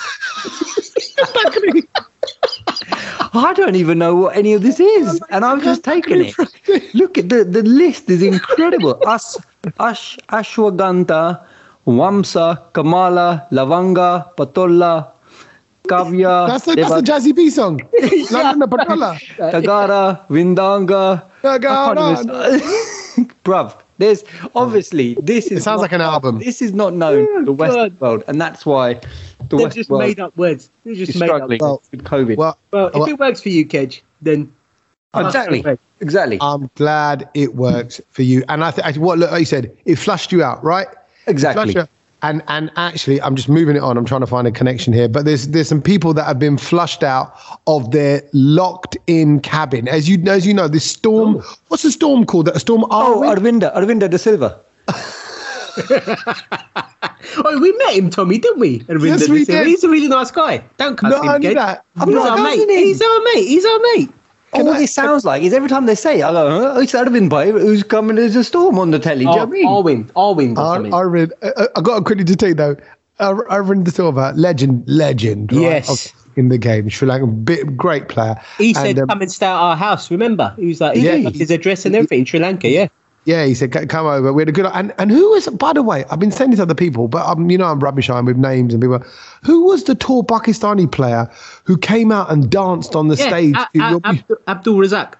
I don't even know what any of this is, and I've just taken it. Look at the the list is incredible. As, ash, ashwagandha, Wamsa, Kamala, Lavanga, Patola, Kavya, That's the, that's the Jazzy B song. London Patala. Tagara, Vindanga. I can't even- Bruv, there's obviously this is It sounds not- like an album. This is not known to the Western God. world, and that's why the They've Western just world made up words. They've just is made up struggling Well, with COVID. Well, Well, if Well- it works for you, Kedge, then exactly, Okay. exactly, I'm glad it works for you. And I think what look, like you said it flushed you out, right? exactly. Flushed you out. And and actually, I'm just moving it on. I'm trying to find a connection here, but there's there's some people that have been flushed out of their locked in cabin. As you as you know, this storm. Oh. What's the storm called? That a storm? Oh, Arwin? Arvinda, Arvinda de Silva. Oh, we met him, Tommy, didn't we? And Yes, Rinder we was here. did. He's a really nice guy. Don't cuss Not him, only Kedge. that, I'm He's not our mate. cussing him. He's our mate. He's our mate. Can All I- this Oh, sounds like is every time they say, it, I go, huh, it's Arvind Bhai who's coming as a storm on the telly. Do you know what I mean? Arwin. Arwin. got Ar- something. Arvin, uh, I got a credit to take though. Ar- Arvin de Silva, legend, legend. right, Yes. of- in the game, Sri Lanka, bit great player. He And, said, um, "Come and stay at our house." Remember, he was like, Did yeah, he? like his address and everything in Sri Lanka. Yeah, Yeah, he said, "C- "Come over." We had a good and and who was? By the way, I've been sending to other people, but um, you know I'm rubbish. I'm with names and people. Who was the tall Pakistani player who came out and danced on the yeah. uh, stage? A- to A- your- Abdul, Abdul Razak,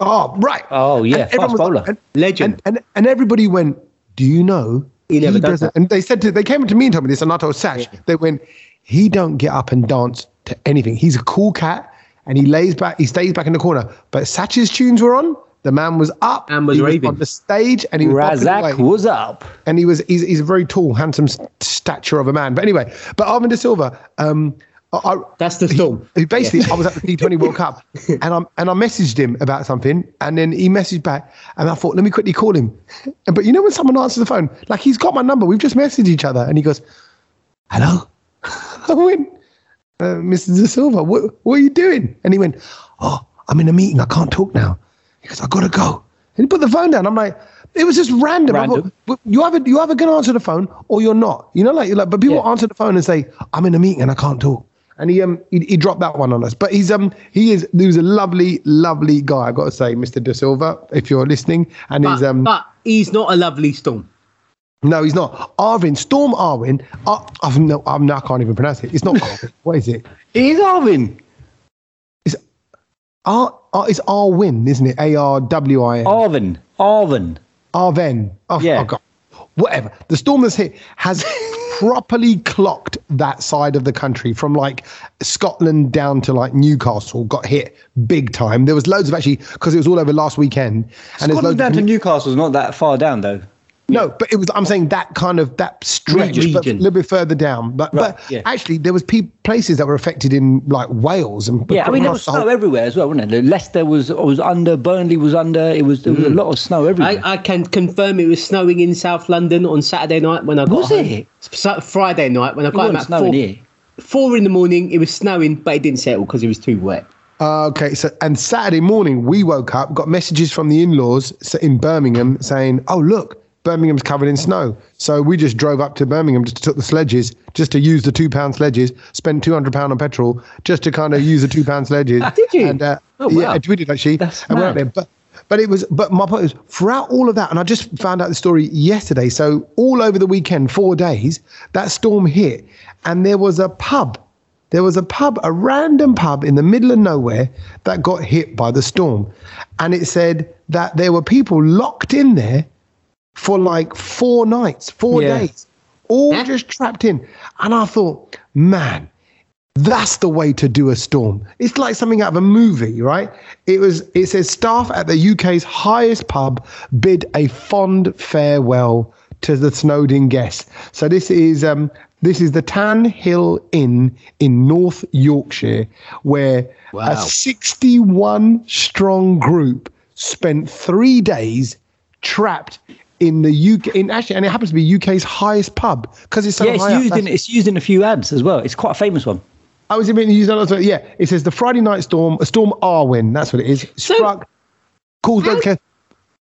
oh, right. Oh yeah, And everyone fast was like- bowler. and, legend. and, and and everybody went. Do you know He never he does doesn't. that. And they said to, they came to me and told me this, Anato Sash. They went, he don't get up and dance to anything. He's a cool cat, and he lays back, he stays back in the corner. But Satch's tunes were on. The man was up And was he raving. on the stage, and he was bopping Razak away. was up. and he was he's, he's a very tall, handsome s- stature of a man. But anyway, but Armin de Silva, um, I, I- That's the storm. he basically, I was at the T20 World Cup, and I and I messaged him about something, and then he messaged back, and I thought, let me quickly call him. But you know when someone answers the phone, like he's got my number, we've just messaged each other, and he goes, "Hello," I went, uh, "Mr. De Silva, what what are you doing?" And he went, "Oh, I'm in a meeting, I can't talk now." He goes, "I gotta go," and he put the phone down. I'm like. It was just random. I Random. thought, well, you either you either gonna answer the phone or you're not. You know, like like. But people Yeah. answer the phone and say, "I'm in a meeting and I can't talk." And he um he, he dropped that one on us. But he's um he is he was a lovely lovely guy. I got to say, Mr. De Silva, if you're listening, and But, he's um but he's not a lovely storm. no he's not Arvin Storm Arvin. Ar- I've no I'm no, I can't even pronounce it. It's not Arvin. what is it? He is Arvin. Ar, Ar it's Arwin, isn't it? A R W I N. Arvin. Arvin. Arven. Oh, Yeah. oh, God. Whatever. The storm that's hit has properly clocked that side of the country from like Scotland down to like Newcastle got hit big time. There was loads of actually because it was all over last weekend. And there's Scotland loads down of, to Newcastle's not that far down though. no, but it was I'm saying that kind of that stretch Region. but a little bit further down. But Right, but yeah. actually there was pe- places that were affected in like Wales and Yeah, I mean there was across the whole- snow everywhere as well, wasn't there? Leicester was was under, Burnley was under. It was there was a lot of snow everywhere. I, I can confirm it was snowing in South London on Saturday night when I got Was home. it? S- Friday night when I it got home wasn't at snowing four, here. four in the morning. It was snowing, but it didn't settle because it was too wet. Uh, okay, so and Saturday morning we woke up, got messages from the in-laws s- in Birmingham saying, "Oh look, Birmingham's covered in snow." So we just drove up to Birmingham, just took the sledges, just to use the two-pound sledges, spent two hundred pound on petrol, just to kind of use the two-pound sledges. Did you? And, uh, Oh, wow. Yeah, we did actually. That's and went out mad. there. But but it was but my point is throughout all of that, and I just found out the story yesterday. So all over the weekend, four days, that storm hit, and there was a pub. There was a pub, a random pub in the middle of nowhere that got hit by the storm. And it said that there were people locked in there for like four nights, four Yeah. days, all Huh? just trapped in. And I thought, man, that's the way to do a storm. It's like something out of a movie, right? It was. It says staff at the UK's highest pub bid a fond farewell to the Snowden guests. So this is um, this is the Tan Hill Inn in North Yorkshire, where Wow. a 61 strong group spent three days trapped in the UK. In actually, and it happens to be UK's highest pub because it's so Yeah, it's high up. used That's- in it's used in a few ads as well. It's quite a famous one. I was even using another. Yeah, it says the Friday night storm, storm Arwen. That's what it is. Struck, caused How- over.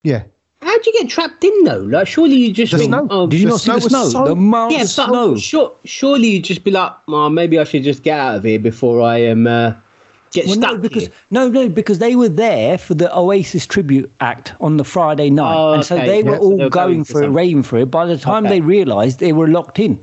Yeah, How do you get trapped in though? Like, surely you just The think, snow. oh, Did you The not see the snow snow? was so- The amount yeah, of but snow. sure, surely you just be like, oh, maybe I should just get out of here before I am uh, get Well, stuck no, because here. no, no, because they were there for the Oasis tribute act on the Friday night, Oh, and so okay. they Yeah, were so all they were going, going for for it, something. rain for it. By the time Okay. they realised, they were locked in.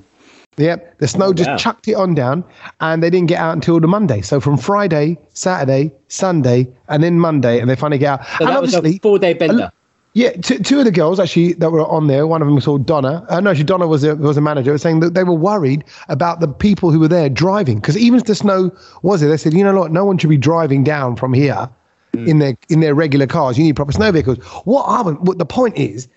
yeah. The snow Oh, just wow. chucked it on down, and they didn't get out until the Monday. So from Friday, Saturday, Sunday, and then Monday, and they finally get out. So and that was a four-day bender. Yeah, two, two of the girls actually that were on there. One of them was called Donna. Uh, no, actually Donna was a was a manager. Was saying that they were worried about the people who were there driving because even if the snow was there, they said, you know what, no one should be driving down from here in their in their regular cars. You need proper snow vehicles. What I would, what the point is,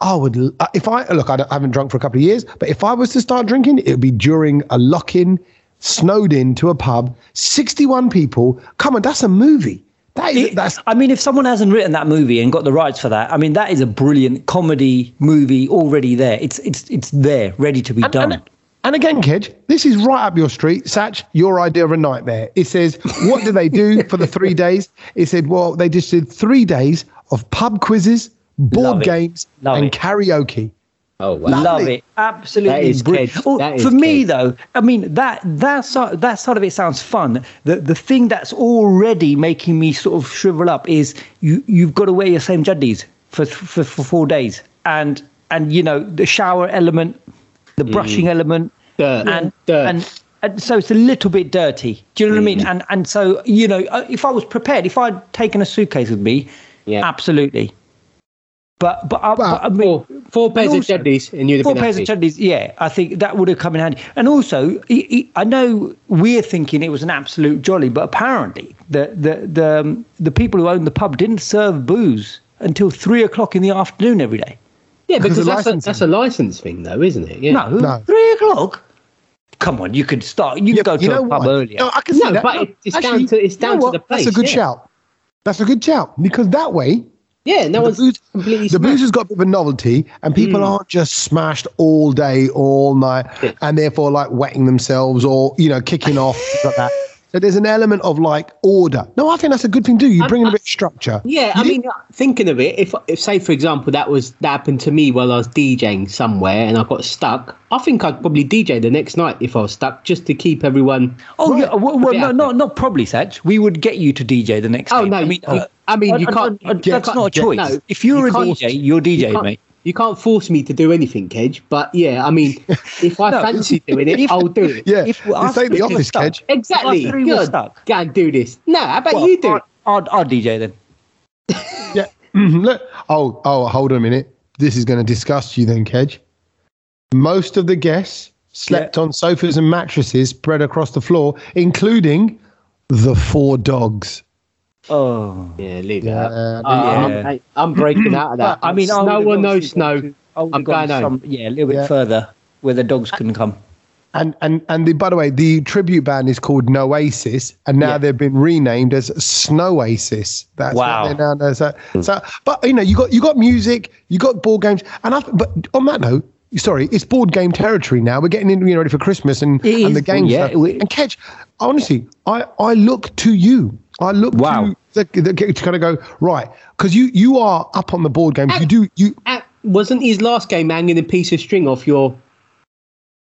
I would l- uh, if I look. I, don't- I haven't drunk for a couple of years, but if I was to start drinking, it would be during a lock in, snowed in to a pub, sixty one people. Come on, that's a movie. That is, that's I mean, if someone hasn't written that movie and got the rights for that, I mean, that is a brilliant comedy movie already there. It's it's it's there, ready to be done. And, and again, Kedge, this is right up your street. Satch, your idea of a nightmare. It says, what do they do for the three days? It said, well, they just did three days of pub quizzes, board Love it. games, Love and it. karaoke. Oh wow! Love Lovely. it, absolutely. That is brilliant. kids. Oh, That is for me kids. though, I mean that that side that side of it sounds fun. The the thing that's already making me sort of shrivel up is you you've got to wear your same juddies for for, for four days, and and you know the shower element, the brushing element, Mm. Dirt. and Dirt. and. And so it's a little bit dirty. Do you know what I Mm. mean? And and so you know, uh, if I was prepared, if I'd taken a suitcase with me, Yeah. absolutely. But but, uh, but, I mean, four, four pairs and of chuddies and you'd have four been pairs happy. of chuddies. Yeah, I think that would have come in handy. And also, he, he, I know we're thinking it was an absolute jolly, but apparently the the the um, the people who owned the pub didn't serve booze until three o'clock in the afternoon every day. Yeah, because of that's a, licensing. that's a license thing, though, isn't it? Yeah. No, No. three o'clock. Come on, you could start. You could go to you know a pub what? earlier. No, I can No, see that. but No, it- it's down to- it's you down know to what? the That's place, a good yeah. shout. That's a good shout because that way Yeah, no one's booze- completely the booze smashed. Mm. has got a bit of a novelty, and people aren't just smashed all day, all night, Yeah. and therefore like wetting themselves or you know kicking off things like that. So there's an element of like order. No, I think that's a good thing to do. You bring in a bit of structure. Yeah, I You mean, thinking of it, if if say for example that was that happened to me while I was DJing somewhere and I got stuck, I think I'd probably DJ the next night if I was stuck, just to keep everyone. Oh yeah, well, well Yeah. no, not not probably, Satch. We would get you to DJ the next. Oh day. no, I mean, you, uh, I mean, you uh, can't. uh, uh, you that's can't- not a choice. no, If you're a can't- DJ, you're you DJ, can't- mate. You can't force me to do anything, Kedge. But yeah, I mean, if I No. fancy doing it, If- I'll do it. Yeah, If if it's like the if we're office, stuck- Kedge. Exactly. If I three were Good. stuck. Go and do this. No, how about you do? it? I'd, I'd, I'd DJ then. uh, Yeah. Mhm, Look. Oh, oh, hold on a minute. This is going to disgust you then, Kedge. Most of the guests slept on sofas and mattresses spread across the floor, including the four dogs. Oh, Yeah, leave Yeah, that. uh, Uh, I'm- yeah. hey, I'm, breaking out of that. I mean, I no would've one obviously knows snow. gone to- I would've I'm gone going home. some- Yeah, a little bit Yeah. further where the dogs couldn't come. And and and the by the way, the tribute band is called Noasis, and now Yeah. they've been renamed as Snowasis. That's Wow. Hmm. what they're now known as. So, so, but you know, you got you got music, you got board games, and I, but on that note, sorry, it's board game territory now. We're getting in, you know, ready for Christmas and, It and the is, games. yeah, stuff. we- and Kedge, honestly, I I look to you. I look Wow. to, the, the, to kind of go right because you you are up on the board games. You do you Uh, wasn't his last game hanging a piece of string off your?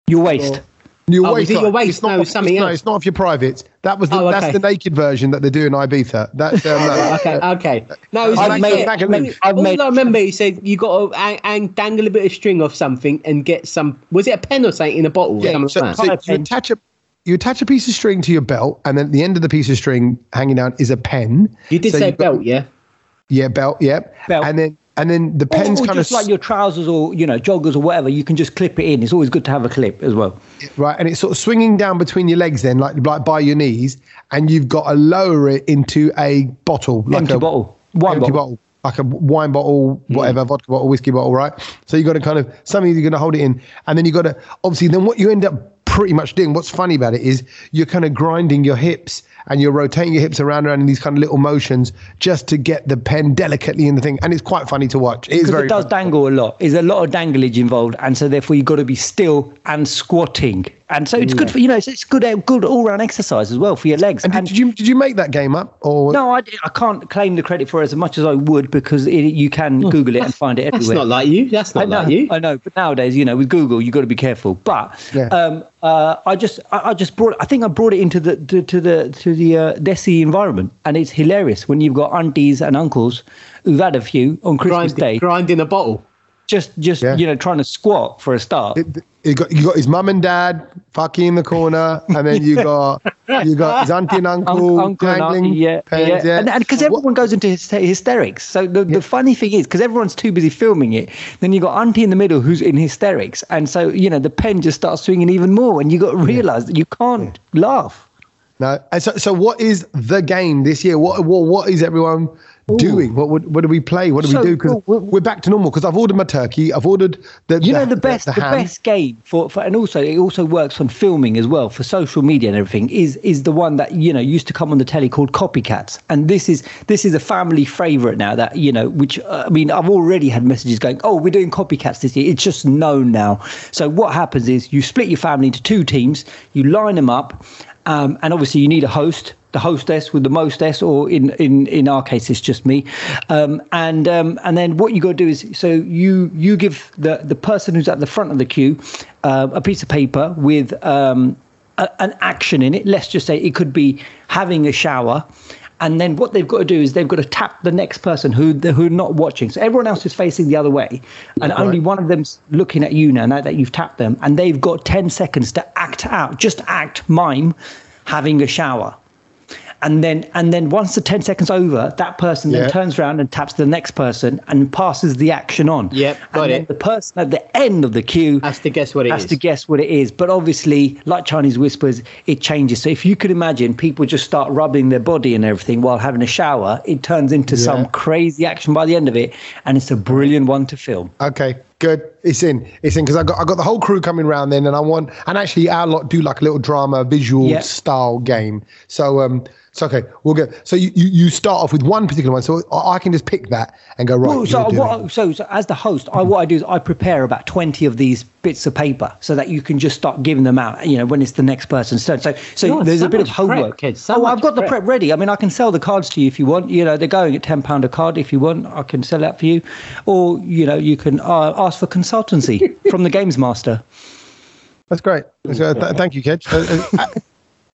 Your waist. Your Oh, waist, is it your up. waist? It's not No, off- something it's, No, else. it's not off your privates. That was the, Oh, that's okay. the naked version that they do in Ibiza. That's um, no. Okay, okay. No, it's I've like, made- yeah, I've all- made- I've all made- I remember he said you got to hang, hang, dangle a bit of string off something and get some. Was it a pen or something in a bottle? or yeah. something So, like so that? Fire you pen. attach a you attach a piece of string to your belt, and then at the end of the piece of string hanging down is a pen. you did so say you've got- belt, yeah. Yeah, belt. Yep. Belt. And then and then Oh, the pen's or kind just of like your trousers or you know joggers or whatever, you can just clip it in. It's always good to have a clip as well. right, and it's sort of swinging down between your legs, then like like by your knees, and you've got to lower it into a bottle, like Empty a bottle, wine empty bottle. Hmm. bottle. like a wine bottle, whatever, vodka bottle, whiskey bottle, right? So you got to kind of something you're going to hold it in, and then you got to obviously then what you end up pretty much doing. What's funny about it is you're kind of grinding your hips and you're rotating your hips around and around in these kind of little motions just to get the pen delicately in the thing, and it's quite funny to watch. It is Because very it does fun. dangle a lot. There's a lot of danglage involved, and so therefore you've got to be still and squatting. And so it's good for you know it's, it's good uh, good all round exercise as well for your legs. And did, you did you make that game up or no, I, I can't claim the credit for it as much as I would because it, you can Google it and find it That's everywhere. not like you. That's I not know, like you. I know, but nowadays, you know, with Google, you've got to be careful. But Yeah. um, uh, I just, I, I just brought, I think I brought it into the to, to the to the uh, Desi environment, and it's hilarious when you've got aunties and uncles who've had a few on Christmas Grinding, Day, grinding a bottle. just just Yeah. you know trying to squat for a start. It- You got you got his mum and dad fucking in the corner, and then you got you got his auntie and uncle, Uncle, uncle and dangling auntie, yeah, pens, yeah. and because What- everyone goes into hyster- hysterics. So the, the funny thing is, because everyone's too busy filming it, then you got auntie in the middle who's in hysterics, and so you know the pen just starts swinging even more, and you got to realise that you can't laugh. No. And so, so what is the game this year? What what what is everyone doing? What, what what do we play? What do So, we do? Because well, we- we're back to normal. Because I've ordered my turkey. I've ordered the You know the best, the, ham. best game for, for, and also it also works on filming as well for social media and everything. Is is the one that you know used to come on the telly called Copycats, and this is this is a family favourite now. That you know, which uh, I mean, I've already had messages going, "Oh, we're doing Copycats this year." It's just known now. So what happens is you split your family into two teams, you line them up, um, and obviously you need a host. The hostess with the mostess, or in in in our case, it's just me. Um, and um, and then what you got to do is so you you give the the person who's at the front of the queue uh, a piece of paper with um, a, an action in it. Let's just say it could be having a shower. And then what they've got to do is they've got to tap the next person who who're not watching. So everyone else is facing the other way, and only one of them's looking at you now. Now that you've tapped them, and they've got ten seconds to act out, just act, mime having a shower and then and then once the 10 seconds over that person Yeah. then turns around and taps the next person and passes the action on Yep, got and then it. the person at the end of the queue Has to guess what it has is. to guess what it is but obviously like chinese whispers it changes so if you could imagine people just start rubbing their body and everything while having a shower it turns into some crazy action by the end of it and it's a brilliant one to film Okay, good. It's in. It's in because I got I got the whole crew coming round then, and I want and actually our lot do like a little drama visual Yeah. style game. So um, it's okay. We'll go. So you, you you start off with one particular one, so I, I can just pick that and go right. Well, you so, do what, so, so as the host, I, what I do is I prepare about twenty of these bits of paper so that you can just start giving them out. You know, when it's the next person's turn. So, so God, there's so a bit of much prep, homework. kids, so oh, much I've got the prep. prep ready. I mean, I can sell the cards to you if you want. You know, they're going at ten pound a card. If you want, I can sell that for you, or you know, you can uh, ask for consultancy from the games master. That's great. So, th- thank you, Kedge. Uh, uh,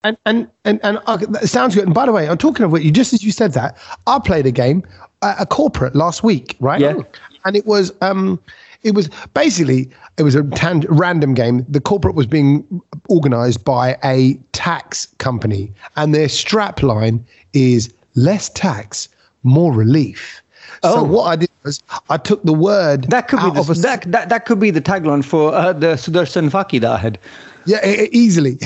and and and and uh, that sounds good. And by the way, I'm talking of what you just as you said that I played a game, uh, a corporate last week, right? Oh. Yeah. And it was um, it was basically it was a tan- random game. The corporate was being organised by a tax company, and their strap line is less tax, more relief. Oh. So what I did was I took the word That could be out the, of a that, that that could be the tagline for uh, the Sudarshan Faki that I had. yeah e- e- easily.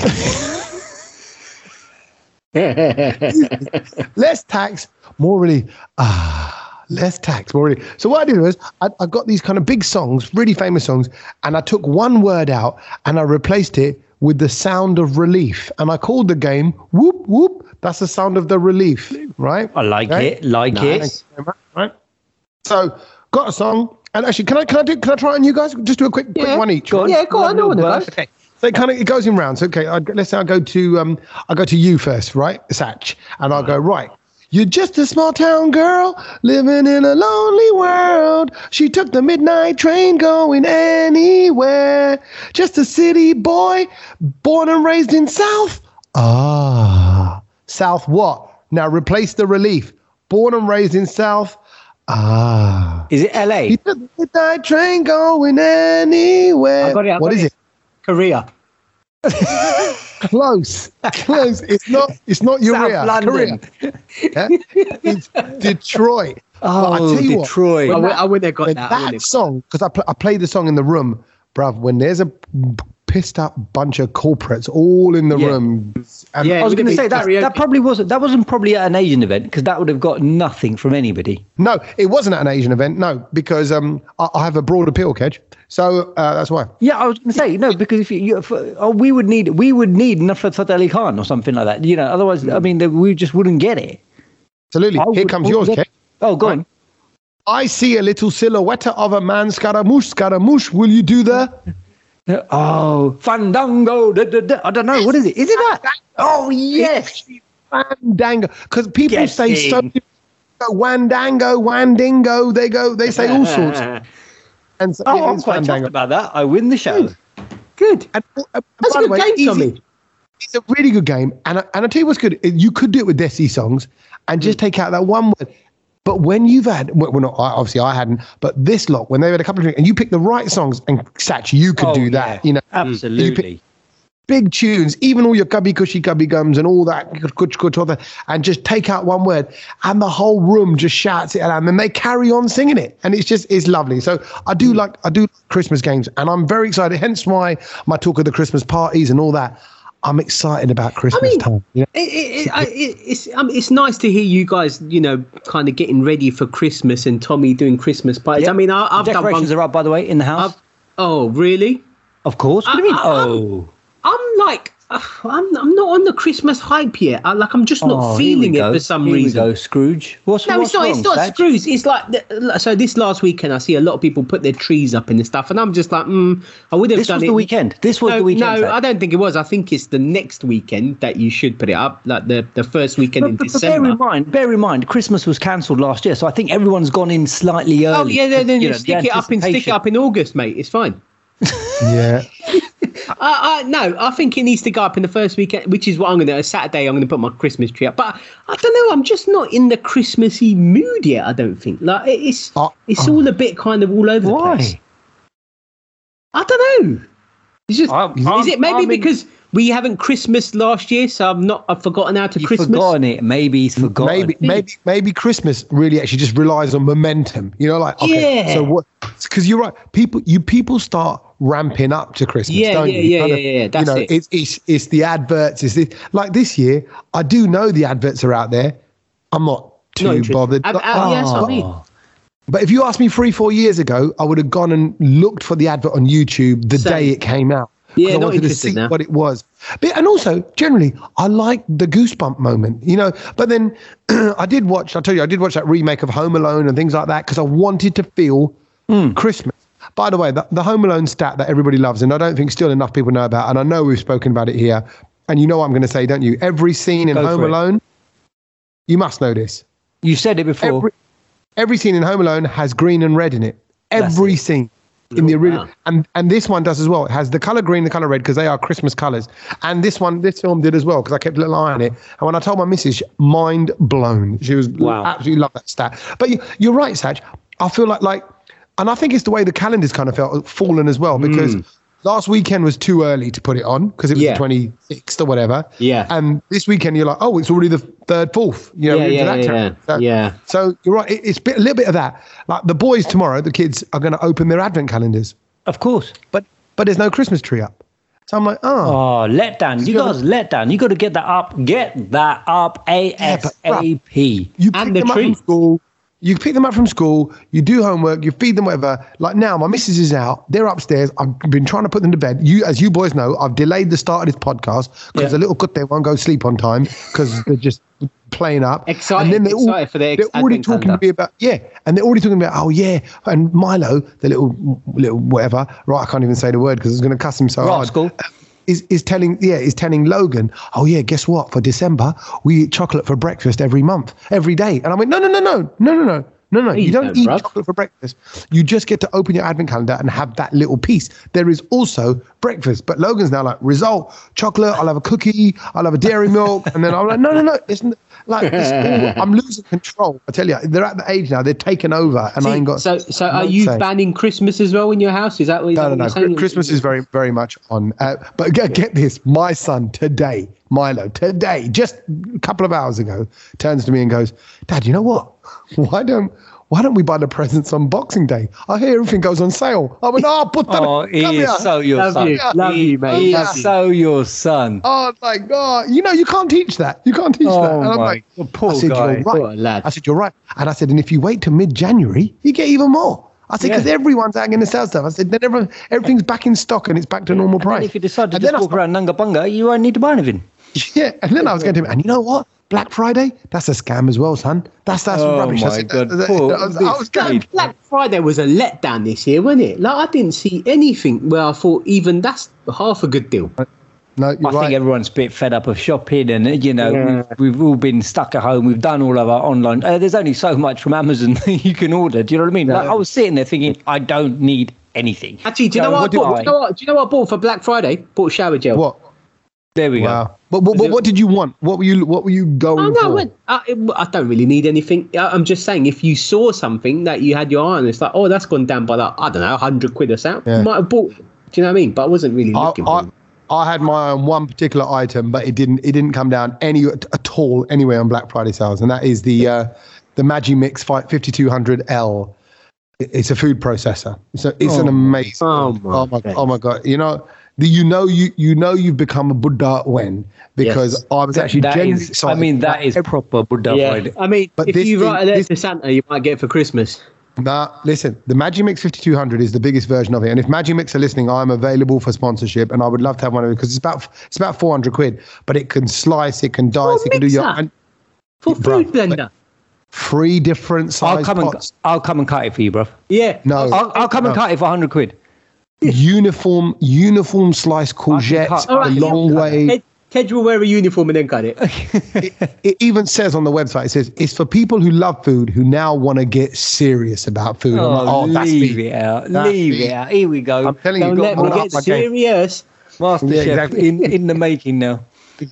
less tax, more relief. Ah, less tax, more relief. So what I did was I, I got these kind of big songs, really famous songs, and I took one word out and I replaced it with the sound of relief, and I called the game "Whoop Whoop." That's the sound of the relief, right? I like Okay. it, like Nice. it. Right. So got a song, and actually, can I can I do can I try on you guys? Just do a quick quick Yeah. one each. Go on. Yeah, go on, I know what it Work. is. Okay. So it kind of it goes in rounds. Okay, I, let's say I go to um, I go to you first, right, Satch, and I'll go right. You're just a small town girl living in a lonely world. She took the midnight train going anywhere. Just a city boy, born and raised in South. Ah, South what? Now replace the relief. Born and raised in South. Ah. Is it LA? He took the midnight train going anywhere. I got it, I What got is it. Korea. Close, close. It's not. It's not South urea. London. Korea. Yeah? It's Detroit. But I Oh, tell you what, Detroit. I, would, I wouldn't have got when that. that, I wouldn't have- song, because I, pl- I played the song in the room, bruv, when there's a pissed up bunch of corporates all in the Yeah. room. And Yeah. I was It going would to be say that karaoke. that probably wasn't that wasn't probably at an Asian event because that would have got nothing from anybody. No, it wasn't at an Asian event. No, because um, I, I have a broad appeal, Kedge. So uh, that's why. Yeah, I was going to say no because if you, you if, oh, we would need we would need Nusrat Fateh Ali Khan or something like that. You know, otherwise I mean the, we just wouldn't get it. Absolutely. I Here would- comes would yours, get- Kedge. Oh, go Right. on. I see a little silhouette of a man, Scaramouche, Scaramouche. Will you do the? Oh, Fandango. Da, da, da. I don't know what is it. Is it that? Oh yes. Fandango. Because people say so. Guessing. go Wandango, Wandingo. They go. They say all sorts. And so, Oh, yeah, I'm it's quite chuffed Fandango. about that. I win the show. Good. And, uh, by That's the a good way, game, easy- Tommy. It's a really good game. And I, and I tell you what's good. You could do it with Desi songs and Mm. just take out that one word. But when you've had, well, well, not I, obviously I hadn't, but this lot, when they had a couple of drinks and you picked the right songs, and Satch, you could Oh, do that. yeah. You know, Absolutely. big tunes, even all your cubby cushy cubby gums and all that, kutch, kutch, all that, and just take out one word, and the whole room just shouts it out, and then they carry on singing it, and it's just it's lovely. So I do like I do like Christmas games, and I'm very excited. Hence why my talk of the Christmas parties and all that. I'm excited about Christmas mean, time. You know? It, it, it, I- it, it's um, it's nice to hear you guys, you know, kind of getting ready for Christmas and Tommy doing Christmas parties. Yeah. I mean, I, I've done Decorations one. are up by the way in the house. I've- oh, really? of course. What do you mean? I- I- Oh. I'm like, uh, I'm I'm not on the Christmas hype yet. I, like, I'm just not Oh, here we feeling it go. for some Here we reason. go, Scrooge. What's No, what's it's not. Wrong, It's not Saj? screws. It's like th- so. This last weekend, I see a lot of people put their trees up and stuff, and I'm just like, mm, I would have This done was it. the weekend. This was no, the weekend. no, Saj. I don't think it was. I think it's the next weekend that you should put it up, like the, the first weekend in But, but bear December. in mind, bear in mind, Christmas was cancelled last year, so I think everyone's gone in slightly early. Oh yeah, then, then You you know, the stick it up and stick it anticipation. up in August, mate. It's fine. Yeah. I, I no, I think it needs to go up in the first weekend, which is what I'm going to. Saturday, I'm going to put my Christmas tree up. But I don't know. I'm just not in the Christmassy mood yet. I don't think. Like it- it's Oh, it's all a bit kind of all over the place. Why? I don't know. It's just I'm- is I'm- it maybe I'm in- because we haven't Christmas last year, so I'm not. I've forgotten how to He's Christmas. forgotten it. Maybe he's forgotten. Maybe, Hmm. maybe, maybe Christmas really actually just relies on momentum. You know, like okay, Yeah. so what? Because you're right. People, you people start ramping up to Christmas. Yeah, don't yeah, you? yeah, yeah, yeah, that's you know, it. It's, it's it's the adverts. It's this, like this year. I do know the adverts are out there. I'm not Not too interested. bothered. Ab- But- ah. ab- yeah, that's what I mean. Oh, But if you asked me three, four years ago, I would have gone and looked for the advert on YouTube the Same. day it came out. 'Cause Yeah, I not wanted to interested see now. what it was. But, and also, generally, I like the goosebump moment, you know. But then I did watch, I tell you, I did watch that remake of Home Alone and things like that because I wanted to feel Hmm. Christmas. By the way, the, the Home Alone stat that everybody loves, and I don't think still enough people know about, and I know we've spoken about it here, and you know what I'm going to say, don't you? Every scene in Go Home for it. Alone, you must know this. you said it before. Every, every scene in Home Alone has green and red in it. That's Every it. scene in the Oh, original, wow. and and this one does as well. It has the color green, the color red because they are Christmas colors. And this one, this film did as well because I kept a little eye on it. And when I told my missus, she- mind blown. She was Wow. absolutely loved that stat. But you, you're right, Satch. I feel like like, and I think it's the way the calendar's kind of felt fallen as well because. Last weekend was too early to put it on because it was Hmm. Yeah. the 26th or whatever. Yeah. And this weekend you're like, oh, it's already the third, fourth. You know, Yeah, we're into yeah, that yeah, territory. yeah. So- Yeah. so you're right. It, it's bit, a little bit of that. Like the boys tomorrow, the kids are going to open their advent calendars, of course. but but there's no Christmas tree up. So I'm like, oh, Oh, let down. You You gotta- guys let down. You got to get that up. Get that up but ASAP. you pick and the them up tree. from school. You pick them up from school. You do homework. You feed them whatever. Like now, my missus is out. They're upstairs. I've been trying to put them to bed. You, as you boys know, I've delayed the start of this podcast because Yeah. the little good they won't go sleep on time because they're just playing up. Excited- excited for their ex- they're already advent talking calendar. to me about yeah, and they're already talking about oh yeah, and Milo, the little little whatever. Right, I can't even say the word because it's going to cuss him so hard. Um, Rascal. Is, is telling yeah is telling Logan oh yeah guess what for December we eat chocolate for breakfast every month every day and I went no no no no no no no no no you Please don't don't, eat bruv. chocolate for breakfast you just get to open your advent calendar and have that little piece there is also breakfast but Logan's now like result chocolate I'll have a cookie I'll have a dairy milk and then I'm like no no no it's n- like it's all, I'm losing control I tell you they're at the age now they're taken over and I ain't got so, so are no you say. banning Christmas as well in your house? Is that what, is No, that no, no. what you're saying? Chri- Christmas is very, very much on. Uh, but get, get this: my son today, Milo, today, just a couple of hours ago, turns to me and goes, "Dad, you know what? Why don't why don't we buy the presents on Boxing Day? I hear everything goes on sale." I went, "Oh, put that. Oh, he come is here." so your Love son. you, love He you, mate, is love you. so your son. Oh my god! You know you can't teach that. You can't teach that. Oh, And I'm my like, God, poor I said, guy. You're right. Poor lad. I said you're right. And I said, and if you wait to mid-January, you get even more. I said Yeah. because everyone's out in the sales stuff. I said then everyone, everything's back in stock and it's back to normal price. And if you decide to And just then I walk around Nanga Bunga, you won't need to buy anything. Yeah, and then I was going to him, and you know what? Black Friday, that's a scam as well, son. That's that's Oh rubbish. my I, said, God, that- that- poor I was, I was going. kid. Black Friday was a letdown this year, wasn't it? Like I didn't see anything where I thought even that's half a good deal. No, you're I think right. everyone's a bit fed up of shopping, and you know Yeah. we've, we've all been stuck at home. We've done all of our online. Uh, there's only so much from Amazon that you can order. Do you know what I mean? Like, I was sitting there thinking, I don't need anything. Actually, do you So know what, I do bought? Do I- you know what? Do you know what I bought for Black Friday? Bought shower gel. What? There we go. Wow. But what, what, what did you want? What were you? What were you going Oh, for? no, when, I, it- I don't really need anything. I, I'm just saying, if you saw something that you had your eye on, it's like, oh, that's gone down by like I don't know, hundred quid or something. Yeah. Might have bought. it. Do you know what I mean? But I wasn't really I, looking. for I, it. I had my own one particular item, but it didn't. It didn't come down any at all anywhere on Black Friday sales, and that is the uh, the Magimix 5200L. It- It's a food processor. So it's an Oh. amazing. Oh my oh my, days. oh my god! You know. the- You know you you know you've become a Buddha when because Yes. I was actually That genuinely is, I excited mean, that about is proper Buddha Yeah, Friday. I mean, But if this you thing- write a letter this- to Santa, you might get it for Christmas. Nah, listen, the Magimix 5200 is the biggest version of it. And if Magimix are listening, I'm available for sponsorship and I would love to have one of it because it's about, it's about 400 quid, but it can slice, it can dice, it can do your mixer? and For Bruh, food blender. three different size I'll Oh, come and pots. I'll come and cut it for you, bruv. Yeah. No. I'll, I'll come and No. cut it for hundred quid. uniform, uniform slice courgettes cut- the I can long cut way. Ted, Ted will wear a uniform and then cut it. it even says on the website, it says it's for people who love food who now want to get serious about food. I'm Oh, like, oh, that's leave me. it out. That's leave me. it out. Here we go. I'm telling you, Don't got let me one up get my game. serious. Master Yeah, Chef exactly. in, in the making now.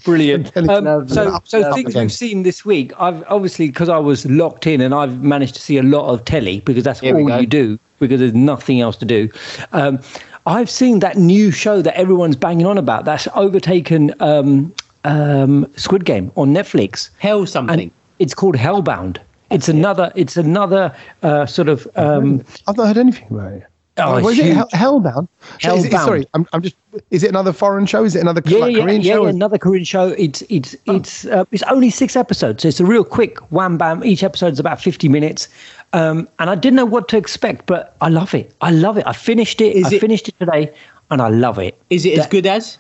Brilliant. Telling- Um, so, Lovely. so Lovely. things we've seen this week. I've obviously because I was locked in and I've managed to see a lot of telly because that's Here we all go. you do because there's nothing else to do. Um, I've seen that new show that everyone's banging on about that's overtaken um, um, Squid Game on Netflix. Hell something. And it's called Hellbound. It's another. It's another uh, sort of. Um, I've not heard anything about it. Oh, was it huge. Hell- Hellbound? So is it- Hellbound. sorry, I'm, I'm just. Is it another foreign show? Is it another Yeah, like, yeah, Korean yeah, show? yeah, another Korean show. It's it's it's uh, it's only six episodes, so it's a real quick wham bam. Each episode's about fifty minutes, um, and I didn't know what to expect, but I love it. I love it. I finished it. Is I it- finished it today, and I love it. Is it as That- good as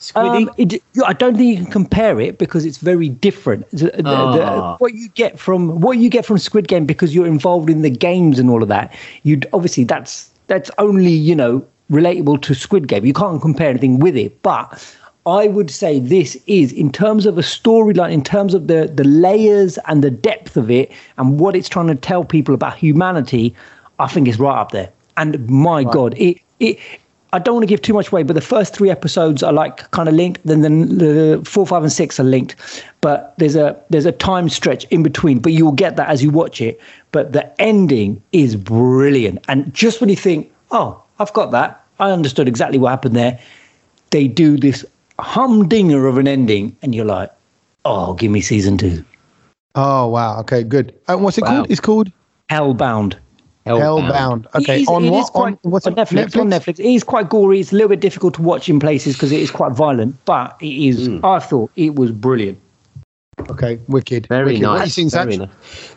Squiddy? Um, it, I don't think you can compare it because it's very different. The- the- the- Ah. what you get from what you get from Squid Game because you're involved in the games and all of that. You obviously that's that's only you know relatable to Squid Game. You can't compare anything with it, but. I would say this is, in terms of a storyline, in terms of the, the layers and the depth of it, and what it's trying to tell people about humanity, I think it's right up there. And my God, it it I don't want to give too much away, but the first three episodes are like kind of linked. Then then the four, five, and six are linked, but there's a there's a time stretch in between. But you'll get that as you watch it. But the ending is brilliant, and just when you think, oh, I've got that, I understood exactly what happened there. They do this humdinger of an ending, and you're like, oh, give me season two. Oh wow. Okay, good. And what's it Wow. called? It's called Hellbound. Hellbound. Okay, It is- on it what? is quite- on what's on it? Netflix, On Netflix. It is quite gory. It's a little bit difficult to watch in places because it is quite violent, but it is. I thought it was brilliant. Okay, wicked. Very wicked. What have you nice. seen, very Satch? nice.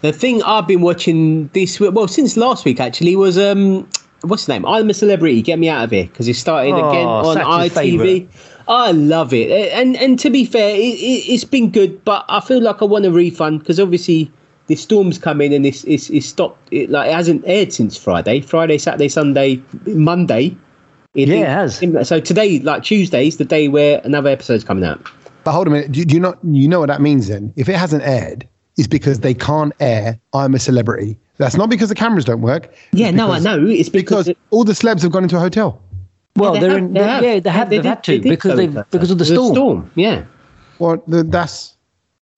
The thing I've been watching this week, well, since last week actually, was um, what's the name? I'm a Celebrity. Get me out of here because it started Oh, again on Satch's ITV. favourite. I love it, A- and and to be fair, it, it, it's been good, but I feel like I want a refund because obviously the storm's come in and it's it's, it's stopped. It like it hasn't aired since Friday, Friday, Saturday, Sunday, Monday. It Yeah, it has. So today, like Tuesday, is the day where another episode's coming out. But hold a minute. Do, do you not? You know what that means then? If it hasn't aired, it's because they can't air. I'm a celebrity. That's not because the cameras don't work. Yeah, no, I because- know. It's because, Because all the celebs have gone into a hotel. Well, they they are have- in. they have. yeah, they have. They They've did- had they to did because go they with that, because of the though. storm. Yeah, Well, the, that's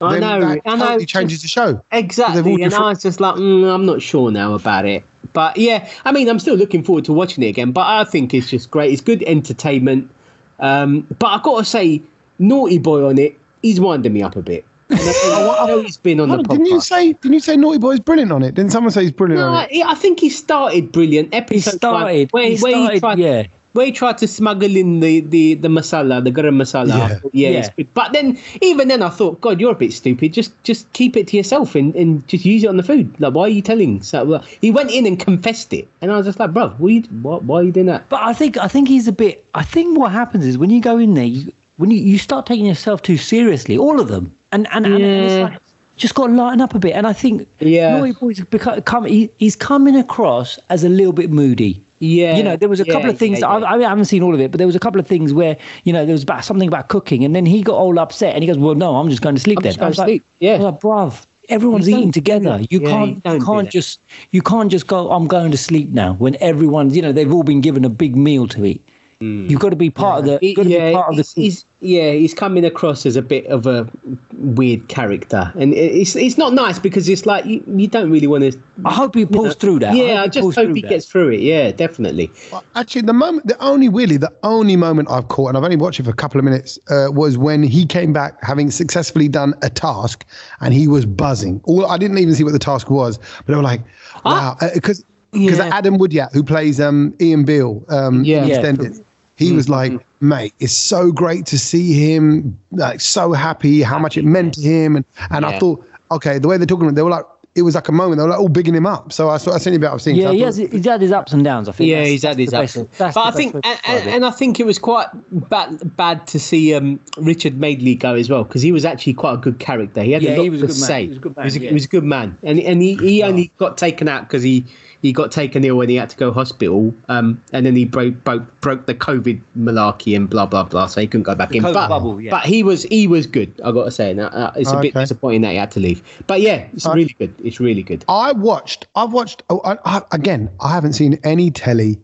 I then know. that I know. totally Just- changes the show. exactly. They've all And different- I was just like, mm, I'm not sure now about it. But yeah, I mean, I'm still looking forward to watching it again. But I think it's just great. It's good entertainment. Um, but I've got to say, Naughty Boy on it, he's winding me up a bit. And I think- I know he's been on the Hold on, didn't you podcast. say? Didn't you say Naughty Boy's brilliant on it? Didn't someone say he's brilliant No, on it? I, I think he started brilliant. He Episode started. one, where, he where started. tried, yeah. where he tried to smuggle in the, the, the masala, the garam masala. Yeah. I thought, yeah, Yeah. it's good. But then, even then, I thought, God, you're a bit stupid. Just just keep it to yourself and, and just use it on the food. Like, why are you telling? So well, he went in and confessed it, and I was just like, bro, what, you, what why are you doing that? But I think I think he's a bit. I think what happens is when you go in there, you, when you, you start taking yourself too seriously, all of them, and and, and Yeah. it's like, just got to lighten up a bit. And I think Yeah. Naughty Boy's become, come, he, he's coming across as a little bit moody. Yeah, you know, there was a yeah, couple of things. yeah, yeah. I, I haven't seen all of it, but there was a couple of things where you know there was about something about cooking, and then he got all upset, and he goes, "Well, no, I'm just going to sleep I'm then." just going I was to like, sleep, yeah. I was like, "Bruv, everyone's You don't eating do together. that. You Yeah, you can't, don't you do can't that. just, you can't just go. I'm going to sleep now." When everyone's, you know, they've all been given a big meal to eat. You've got to be part of the. He- You've got to Hmm. yeah, be part of he's, the. he's- yeah, he's coming across as a bit of a weird character, and it- it's it's not nice because it's like you, you don't really want to. I hope he pulls through that. Yeah, hope I he just pulls hope through he that. gets through it. Yeah, definitely. Well, Actually, the moment, the only really, the only moment I've caught, and I've only watched it for a couple of minutes, uh, was when he came back having successfully done a task, and he was buzzing. All I didn't even see what the task was, but they were like, "Wow," because because Yeah. Adam Woodyat, who plays um, Ian Beale, um, Yeah. in Yeah. EastEnders, he was like, "Mate, it's so great to see him. Like, so happy. How much it meant to him." And and I Yeah. thought, okay, the way they're talking, they were like. It was like a moment. They were like all bigging him up. So I saw. I seen a bit. I've seen. so Yeah, I he thought- has, he's had his ups and downs. I think. Yeah, That's- he's had that's his the ups. best- that's but the I best think, way to and, describe and, it. Oh, and I think it was quite bad, bad to see um, Richard Madeley go as well because he was actually quite a good character. He had Yeah, a lot he was a to good man. say. He was a good man, He was a, yeah. he was a good man, and and he, he only got taken out because he. He got taken ill when he had to go hospital, um, and then he broke broke broke the COVID malarkey and blah blah blah, so he couldn't go back in. COVID But, bubble, yeah. Oh, but he was he was good. I got to say, and, uh, it's a bit Okay. disappointing that he had to leave. But yeah, it's really good. It's really good. I watched. I've watched. Oh, I, I, again, I haven't seen any telly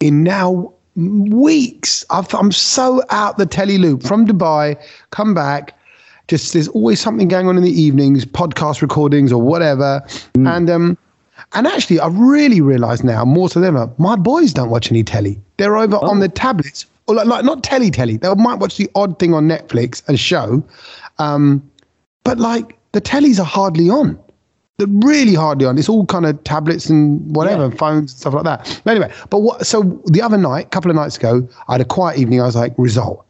in now weeks. I've, I'm so out the telly loop from Dubai. Come back. Just there's always something going on in the evenings, podcast recordings or whatever. And um, and actually, I've really realised now more so than ever. My boys don't watch any telly. They're over on the tablets, or like, like not telly telly. They might watch the odd thing on Netflix, a show, um, but like the tellies are hardly on. They're really hardly on. It's all kind of tablets and whatever, phones and stuff like that. But anyway, but what? So the other night, a couple of nights ago, I had a quiet evening. I was like, result.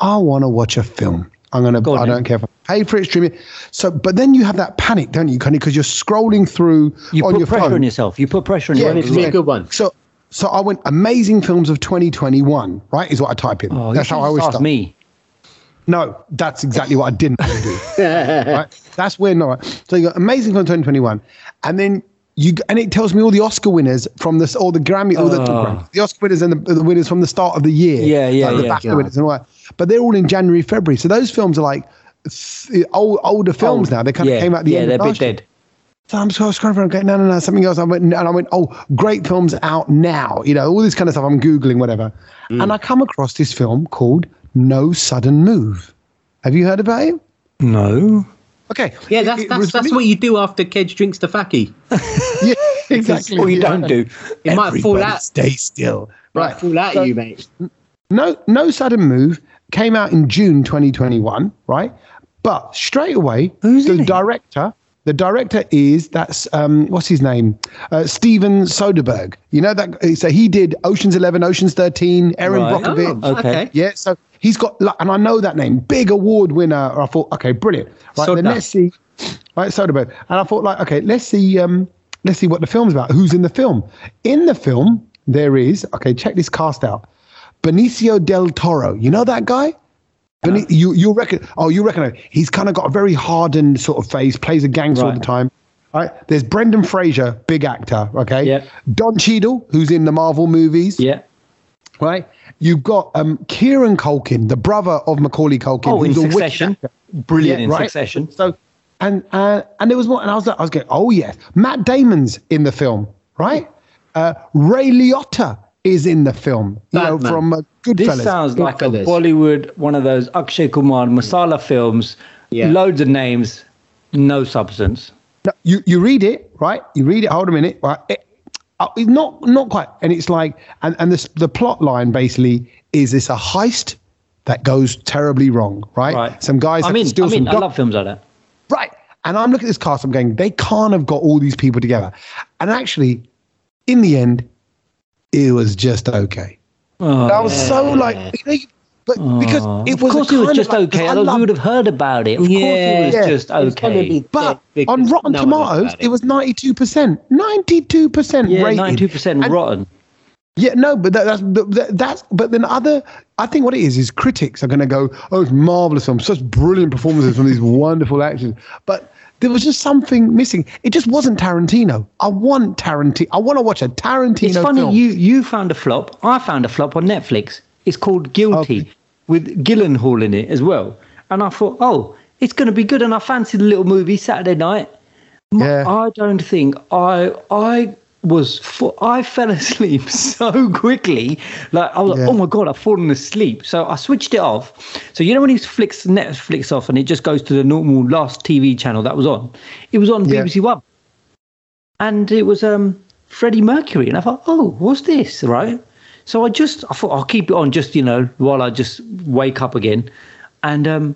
I want to watch a film. I'm gonna. Go I on then. don't care if I pay for it, stream it. So, but then you have that panic, don't you, Connie? Because you're scrolling through You on put your pressure phone. on yourself. You put pressure on Yeah, It's yourself. a really good one. So, so I went amazing films of 2021. Right is what I type in. Oh, you that's should how I just always ask start. me. No, that's exactly what I didn't want to do. right? That's where not. So you got amazing film 2021, and then you and it tells me all the Oscar winners from this, all the Grammy, all the, Oh. the Oscar winners and the, the winners from the start of the year. Yeah, yeah, like the yeah. BAFTA winners and all that. But they're all in January, February. So those films are like th- old, older films now. They kind Oh, yeah, of came out at the yeah, end. they're of a bit last year. dead. So I'm so scrolling for okay, no, no, no, something else. I went and I went, oh, great films out now. You know, all this kind of stuff. I'm googling whatever, Mm. and I come across this film called No Sudden Move. Have you heard about it? No. Okay. Yeah, It- that's it that's was that's really- what you do after Kedge drinks the faki. Yeah, exactly. Or you Yeah. don't do. It might fall Everybody out. Stay still. Right, Right. fall out So- you, mate. No, no sudden move. Came out in June 2021. Right. But straight away, Who's in the it? director. The director is that's um, what's his name, uh, Steven Soderbergh. You know that so he did Ocean's Eleven, Ocean's Thirteen, Aaron Right. Brockovich. Oh, okay. Yeah, so he's got, like, and I know that name, big award winner. I thought, okay, brilliant. Right, Soda. then let's see. Right, Soderbergh, and I thought, like, okay, let's see, um, let's see what the film's about. Who's in the film? In the film, there is okay. Check this cast out: Benicio del Toro. You know that guy? Beni- you you reckon? Oh, you reckon? He's kind of got a very hardened sort of face. Plays a gangster all Right. the time. Right. There's Brendan Fraser, big actor. Okay. Yep. Don Cheadle, who's in the Marvel movies Yeah. right? You've got um, Kieran Culkin, the brother of Macaulay Culkin. Oh, in who's a wicked succession. actor. Brilliant Yeah, in right. succession. So, and uh, and there was one, and I was like, I was going, oh yes, Matt Damon's in the film, right? Uh, Ray Liotta is in the film, you know, Batman. from uh, This Goodfellas. sounds like a Goodfellas. Bollywood, one of those Akshay Kumar masala films. Yeah. Loads of names, no substance. No, you you read it right. You read it. Hold a minute. Right. It, uh, it's not not quite. And it's like and and this the plot line basically is this a heist that goes terribly wrong. Right. Right. Some guys I have mean, to steal I mean, some I doc- love films like that. Right. And I'm looking at this cast, I'm going, they can't have got all these people together. And actually, in the end, it was just okay. Oh, I was so like, you know, but because it was of course a it was kind just like- okay. I Otherwise, love- we would have heard about it. Of course, it was Yeah. just It's gonna okay. be but dead on because Rotten no one knows Tomatoes, about it was 92%. 92% yeah, rated. ninety-two percent And- rotten. Yeah, no, but that, that's that, that's. But then other, I think what it is is critics are going to go, "Oh, it's marvelous film, such brilliant performances from these wonderful actors." But there was just something missing. It just wasn't Tarantino. I want Tarantino. I want to watch a Tarantino. It's funny film. you you found a flop. I found a flop on Netflix. It's called Guilty Okay. with Gyllenhaal in it as well. And I thought, oh, it's going to be good. And I fancied a little movie Saturday night. My- Yeah. I don't think I I was for, I fell asleep so quickly. Like I was like, Yeah. oh my god, I've fallen asleep. So I switched it off. So you know when he flicks Netflix off and it just goes to the normal last TV channel that was on. It was on Yeah. BBC One and it was um Freddie Mercury, and I thought, oh, what's this, right? So I just I thought I'll keep it on just you know while I just wake up again, and um,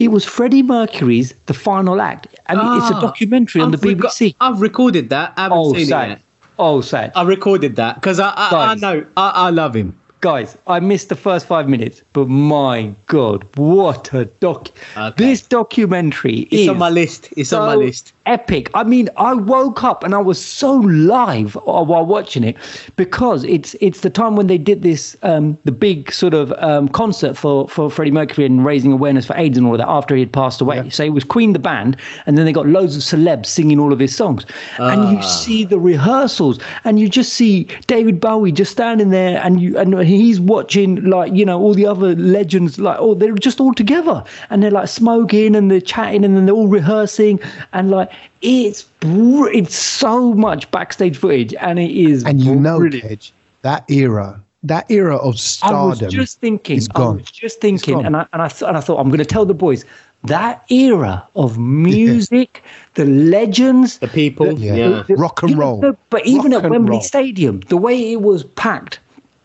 it was Freddie Mercury's The Final Act, and it's a Ah, documentary on the I've reco- BBC. I've recorded that. I haven't Oh, seen it sad. yet. Oh, sad. I recorded that because I I, I Guys. know I, I love him. guys, I missed the first five minutes, but my god, what a doc! Okay. This documentary It's is on my list. It's so on my list. Epic. I mean, I woke up and I was so live uh, while watching it because it's it's the time when they did this um, the big sort of um, concert for for Freddie Mercury and raising awareness for AIDS and all that after he had passed away. So it was Queen the band, and then they got loads of celebs singing all of his songs, and Ah. you see the rehearsals, and you just see David Bowie just standing there, and you and he's watching like you know all the other legends like oh they're just all together, and they're like smoking and they're chatting and then they're all rehearsing and like it's br- it's so much backstage footage and it is and you know, brilliant. Kedge, that era, that era of I was stardom. just thinking. is gone. I was just thinking, gone. and I and I th- and I thought I'm going to tell the boys that era of music, the legends, The people. yeah. Yeah. Rock and even roll. though- but even Rock at and Wembley roll. Stadium, the way it was packed,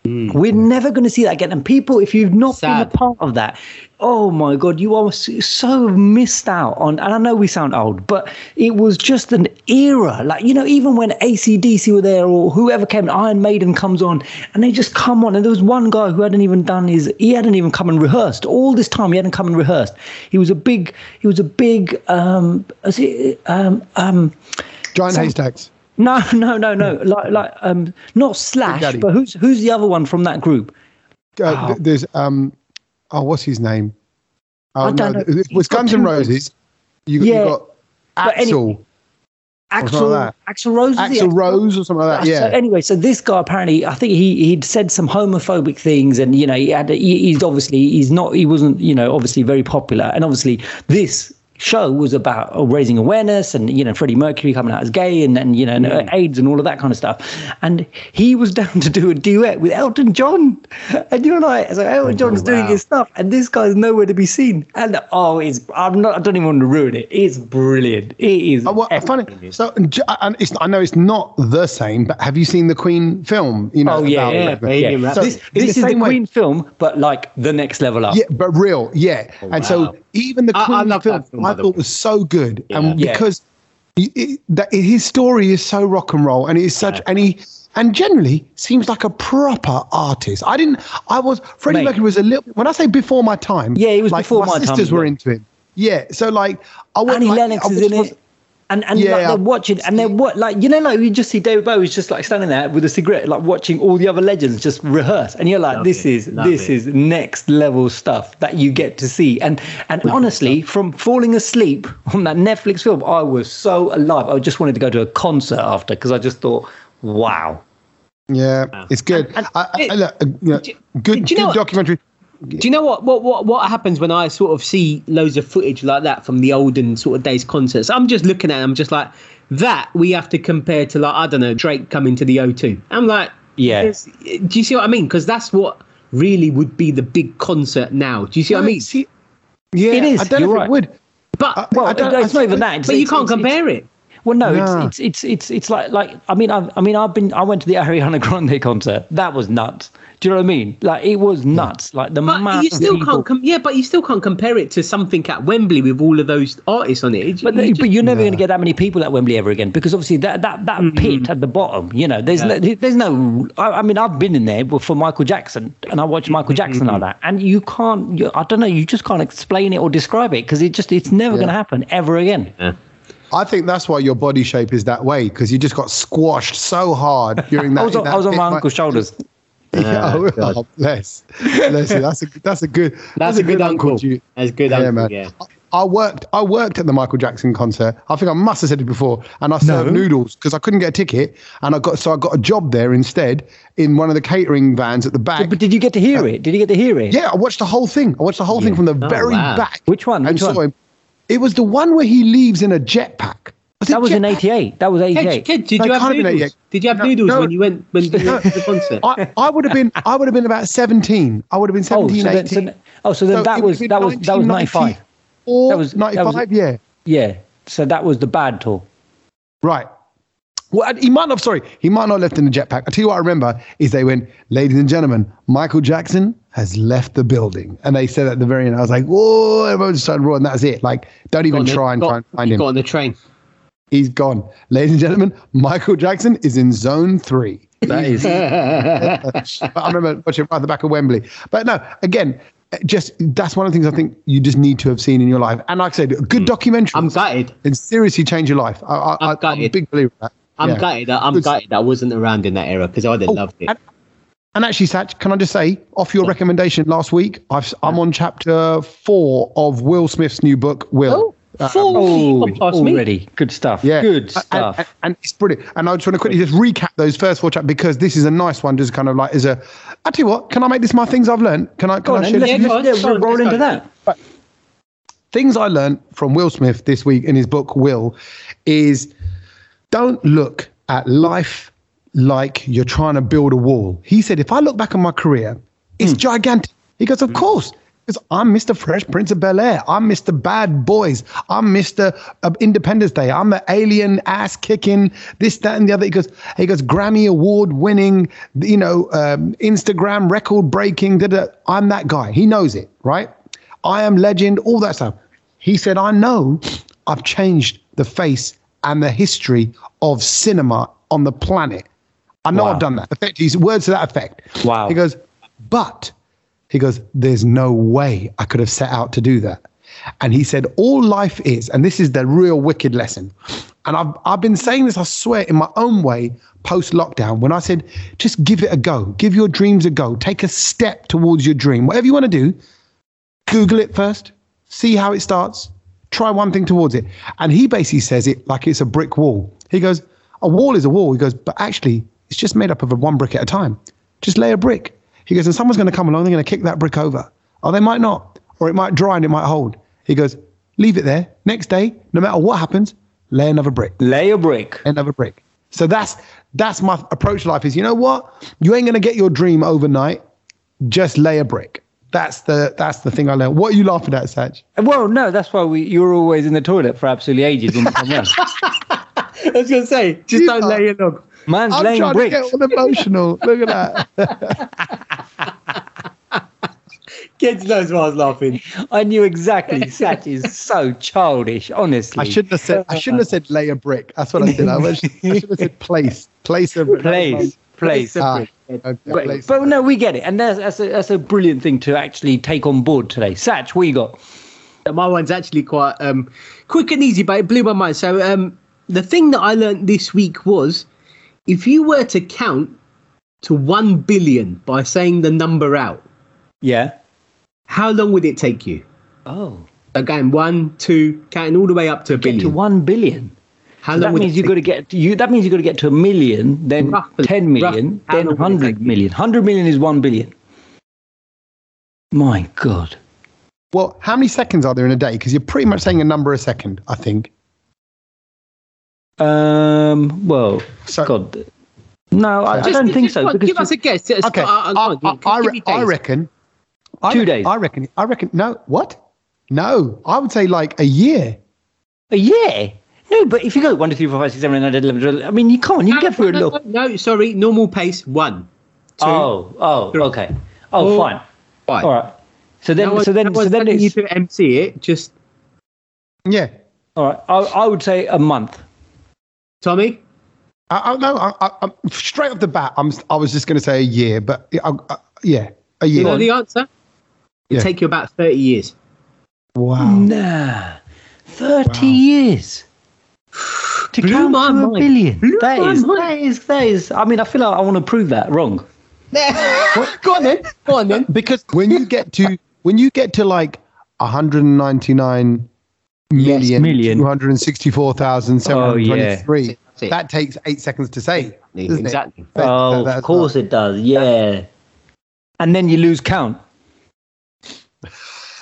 Mm. We're never going to see that again. And people, if you've not Sad. been a part of that, oh my God, you are s- so missed out on. And I know we sound old, but it was just an era. Like, you know, even when ACDC were there or whoever came, Iron Maiden comes on and they just come on. And there was one guy who hadn't even done his, he hadn't even come and rehearsed. All this time, he hadn't come and rehearsed. He was a big, he was a big, um, was it, um, um, Giant haystacks. no, no, no, no. Hmm. Like, like, um, not Slash, Daddy. but who's who's the other one from that group? Uh, th- There's um, oh, what's his name? Oh, I don't know. th- It He's was got Guns two N' names. Roses. You, you Yeah. got But any- Axel, Axel, that? Axel Rose. was it? Axel Rose, or something like that. So Yeah. anyway, so this guy apparently, I think he he'd said some homophobic things, and you know, he had he, he's obviously he's not he wasn't you know obviously very popular, and obviously this show was about uh, raising awareness and you know Freddie Mercury coming out as gay and and you know and, uh, AIDS and all of that kind of stuff, and he was down to do a duet with Elton John, and you're like, so Elton John's doing his stuff, and this guy's nowhere to be seen, and oh, it's I'm not I don't even want to ruin it. It's brilliant. It is. Oh, well, funny. excellent. So, and j- and it's, I know it's not the same, but have you seen the Queen film? You know, Oh yeah, about- yeah, Bohemian yeah. Rhapsody. So this in the this is the same way- Queen film, but like the next level up. Yeah, but real, yeah. Oh, and wow. so even the I- I Queen love film, that film, by I the thought way. was so good, and Yeah. because it, it- that his story is so rock and roll, and it is such, and he and generally seems like a proper artist. I didn't, I was Freddie Mate. Mercury was a little. When I say before my time, Yeah, he was like, before my time sisters as were well. into him. Yeah, so like I was Annie like, Lennox I is was- in was- it. oh, And and Yeah. like they're watching, and they're what like you know like you just see David Bowie is just like standing there with a cigarette, like watching all the other legends just rehearse, and you're like, Love this it, is love this it. is next level stuff that you get to see. And and honestly, from falling asleep on that Netflix film, I was so alive. I just wanted to go to a concert after because I just thought, wow, Yeah, it's good. and I, I, it- look, uh, you know, do you- good, do you know good what- documentary. Do you know what, what what what happens when I sort of see loads of footage like that from the olden sort of days concerts? I'm just looking at it, I'm just like that we have to compare to like I don't know Drake coming to the O2. I'm like Yeah. it's- Do you see what I mean? Because that's what really would be the big concert now. Do you see what I mean? See- yeah, It is, I don't you're know if right. it would. But well, I don't- it's I- not even that. It's- but you it's- can't it's- it's- compare it. Well, no, No. It's, it's it's it's it's like like I mean I, I mean I've been I went to the Ariana Grande concert. That was nuts. Do you know what I mean? Like it was nuts. Like the But mass you still of people. can't com- yeah, but you still can't compare it to something at Wembley with all of those artists on it. It- but, you they- just- but you're never going to get that many people at Wembley ever again because obviously that that, that Mm-hmm. pit at the bottom, you know, there's no, there's no. I, I mean, I've been in there for Michael Jackson, and I watched Mm-hmm. Michael Jackson like that, and you can't. You, I don't know. You just can't explain it or describe it because it just it's never going to happen ever again. I think that's why your body shape is that way because you just got squashed so hard during that. I was on, that I was on bit, my like- uncle's shoulders. Yeah, Oh, oh, God. oh, bless, bless you. That's a that's a good that's, that's a good uncle. Ju- That's a good Yeah, uncle. man. Yeah. I worked. I worked at the Michael Jackson concert. I think I must have said it before. And I served noodles because I couldn't get a ticket, and I got so I got a job there instead in one of the catering vans at the back. But did you get to hear it? Did you get to hear it? Yeah, I watched the whole thing. I watched the whole thing from the very wow. back. Oh, Which one? And Which saw one? him. It was the one where he leaves in a jetpack. it That was in jetpack? '88. That was Kid, '88. kid, did No, you it have can't be that noodles? yet. Did you have No, noodles no. when you went when you went to the concert? I, I would have been I would have been about seventeen. I would have been Oh, 17, so then, 18. so, oh, so then So that it would was have been that was that was 1995. '95. Or That was- that was- 95, yeah. Yeah. So that was the bad tour. Right. Well, and he might not. Sorry, he might not have left in a jetpack. I tell you what, I remember is they went, "Ladies and gentlemen, Michael Jackson has left the building," and they said at the very end, "I was like, whoa!" Everyone just started roaring. That's it. Like, don't even try and got, try and find he him. Got on the train. He's gone. Ladies and gentlemen, Michael Jackson is in zone three. That is. But I remember watching it right at the back of Wembley. But no, again, just that's one of the things I think you just need to have seen in your life. And like I said, a good documentary Mm. I'm gutted. can seriously change your life. I, I, I'm I, I'm a gutted. big believer of that. I'm Yeah. gutted. That, I'm Good. gutted. That I wasn't around in that era because I'd have loved it. and- And actually, Satch, can I just say, off your recommendation last week, I've, I'm on chapter four of Will Smith's new book, Will. Um, four Oh, people past me. already good stuff. Yeah. Good A- stuff. And, and it's brilliant. And I just want to quickly just recap those first four chapters because this is a nice one, just kind of like as a. I tell you what, can I make this my things I've learned? Can I? Can go on, I then, share this? let's, yeah, go on. let's, Sorry, roll let's into go. that. things I learned from Will Smith this week in his book Will is don't look at life like you're trying to build a wall. He said, if I look back on my career, it's gigantic. He goes, of course. Because I'm Mr. Fresh Prince of Bel Air. I'm Mr. Bad Boys. I'm Mr. uh, Independence Day. I'm an alien ass kicking this, that, and the other. He goes, he goes Grammy award winning, you know, um, Instagram record breaking. I'm that guy. He knows it, right? I am legend, all that stuff. He said, I know I've changed the face and the history of cinema on the planet. I know Wow. I've done that. Effect, he's words to that effect. Wow. He goes, but he goes, there's no way I could have set out to do that. And he said, all life is, and this is the real wicked lesson. And I've, I've been saying this, I swear, in my own way, post lockdown, when I said, just give it a go, give your dreams a go, take a step towards your dream, whatever you want to do, Google it first, see how it starts, try one thing towards it. And he basically says it like it's a brick wall. He goes, A wall is a wall. He goes, But actually, it's just made up of one brick at a time. Just lay a brick. He goes, And someone's going to come along, they're going to kick that brick over. Or they might not. Or it might dry and it might hold. He goes, Leave it there. Next day, no matter what happens, lay another brick Lay a brick. another brick. So that's that's my approach to life is you know what? You ain't gonna get your dream overnight. Just lay a brick. That's the that's the thing I learned. What are you laughing at, Saj? Uh, Well, no, that's why we you were always in the toilet for absolutely ages when we come round. I was gonna say, just You don't are- lay it on. Man's I'm laying trying bricks. to get all emotional. Look at that. Kids knows why I was laughing. I knew exactly. Sat is so childish, honestly. I shouldn't have said I shouldn't have said lay a brick. That's what I said. I, wish, I should have said place. Place a brick. place, place. a Ah, brick. okay, But, place. but no, we get it, and that's that's a, that's a brilliant thing to actually take on board today. Satch, what you got? My one's actually quite um, quick and easy, but it blew my mind. So um, the thing that I learned this week was, if you were to count to one billion by saying the number out, Yeah. how long would it take you? Oh, Again, one, two, counting all the way up to a get to billion. one billion. How So long that would it means you've take? got to get you. That means you've got to get to a million, then Roughly, ten million, roughly, how then long would it hundred take? million. Hundred million is one billion. My God. well, how many seconds are there in a day? Because you're pretty much saying a number a second, I think. Um. Well, So- God. No, I, I Just- don't think just so. go on, because give us a guess. It's- Okay. uh, uh, go I, on, I, give I, me re- I days. reckon. I Two reckon- days. I reckon. I reckon. No. What? No. I would say like a year. a year. No, but if you go one, two, three, four, five, six, seven, eight, nine, ten, eleven, twelve, I mean, you can't. You No, get through a no, look. No, no, sorry, normal pace one. Two. Oh, oh, okay. Oh, Four, fine. five. All right. So then, No one- so then, no so one's then, telling it's, you to MC it. Just Yeah. all right. I, I would say a month. Tommy. I, I no. I, I, I'm straight off the bat. I'm. I was just going to say a year, but I, I, yeah, a You year. know the answer? Yeah. It'll take you about 30 years. wow. Um, Nah, thirty Wow. years to Blew count my to a mind. billion. Blew That my is, mind. that is, that is. I mean, I feel like I want to prove that wrong. go on then. Go on then. Because when you get to when you get to like 199 million, million. 264,723, That's it. that takes eight seconds to say. isn't it? Oh, Exactly. That- oh, that- of course it does. Yeah. And then you lose count.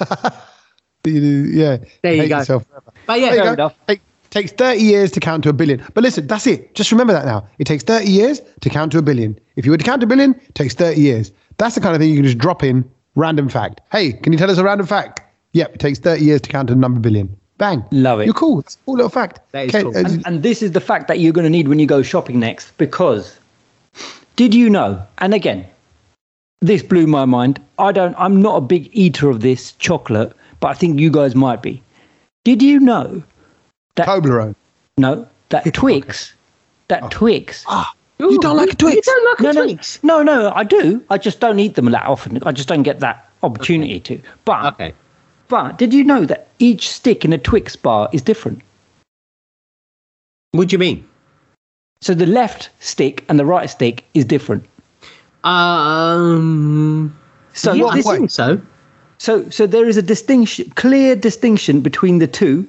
you do- yeah. There you hate go. yourself. But There yeah, you Fair go. enough. Take- takes 30 years to count to a billion. But listen, that's it. Just remember that now. It takes 30 years to count to a billion. If you were to count to a billion, it takes 30 years. That's the kind of thing you can just drop in random fact. Hey, can you tell us a random fact? Yep, it takes 30 years to count to the number billion. Bang. Love it. You're cool. That's a cool little fact. That is Okay, cool. uh, And, and this is the fact that you're going to need when you go shopping next because did you know? And again, this blew my mind. I don't I'm not a big eater of this chocolate, but I think you guys might be. Did you know Toblerone. no that Twix that Twix you don't like a Twix? You don't like no, a no, Twix. no, no, I do. I just don't eat them that often. I just don't get that opportunity to. But Okay. but did you know that each stick in a Twix bar is different? What do you mean? So the left stick and the right stick is different. Um, So yeah, this- I think so. So, so there is a distinction, clear distinction between the two.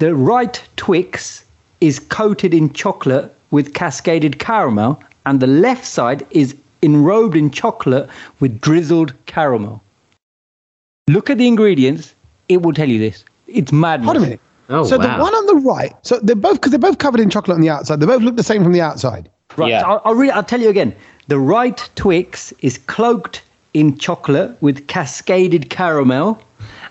The right Twix is coated in chocolate with cascaded caramel, and the left side is enrobed in chocolate with drizzled caramel. Look at the ingredients; it will tell you this. It's madness. Hold a minute. Oh, so wow. the one on the right, so they're both because they're both covered in chocolate on the outside. They both look the same from the outside. Right. Yeah. so I'll, I'll, re- I'll tell you again. The right Twix is cloaked in chocolate with cascaded caramel,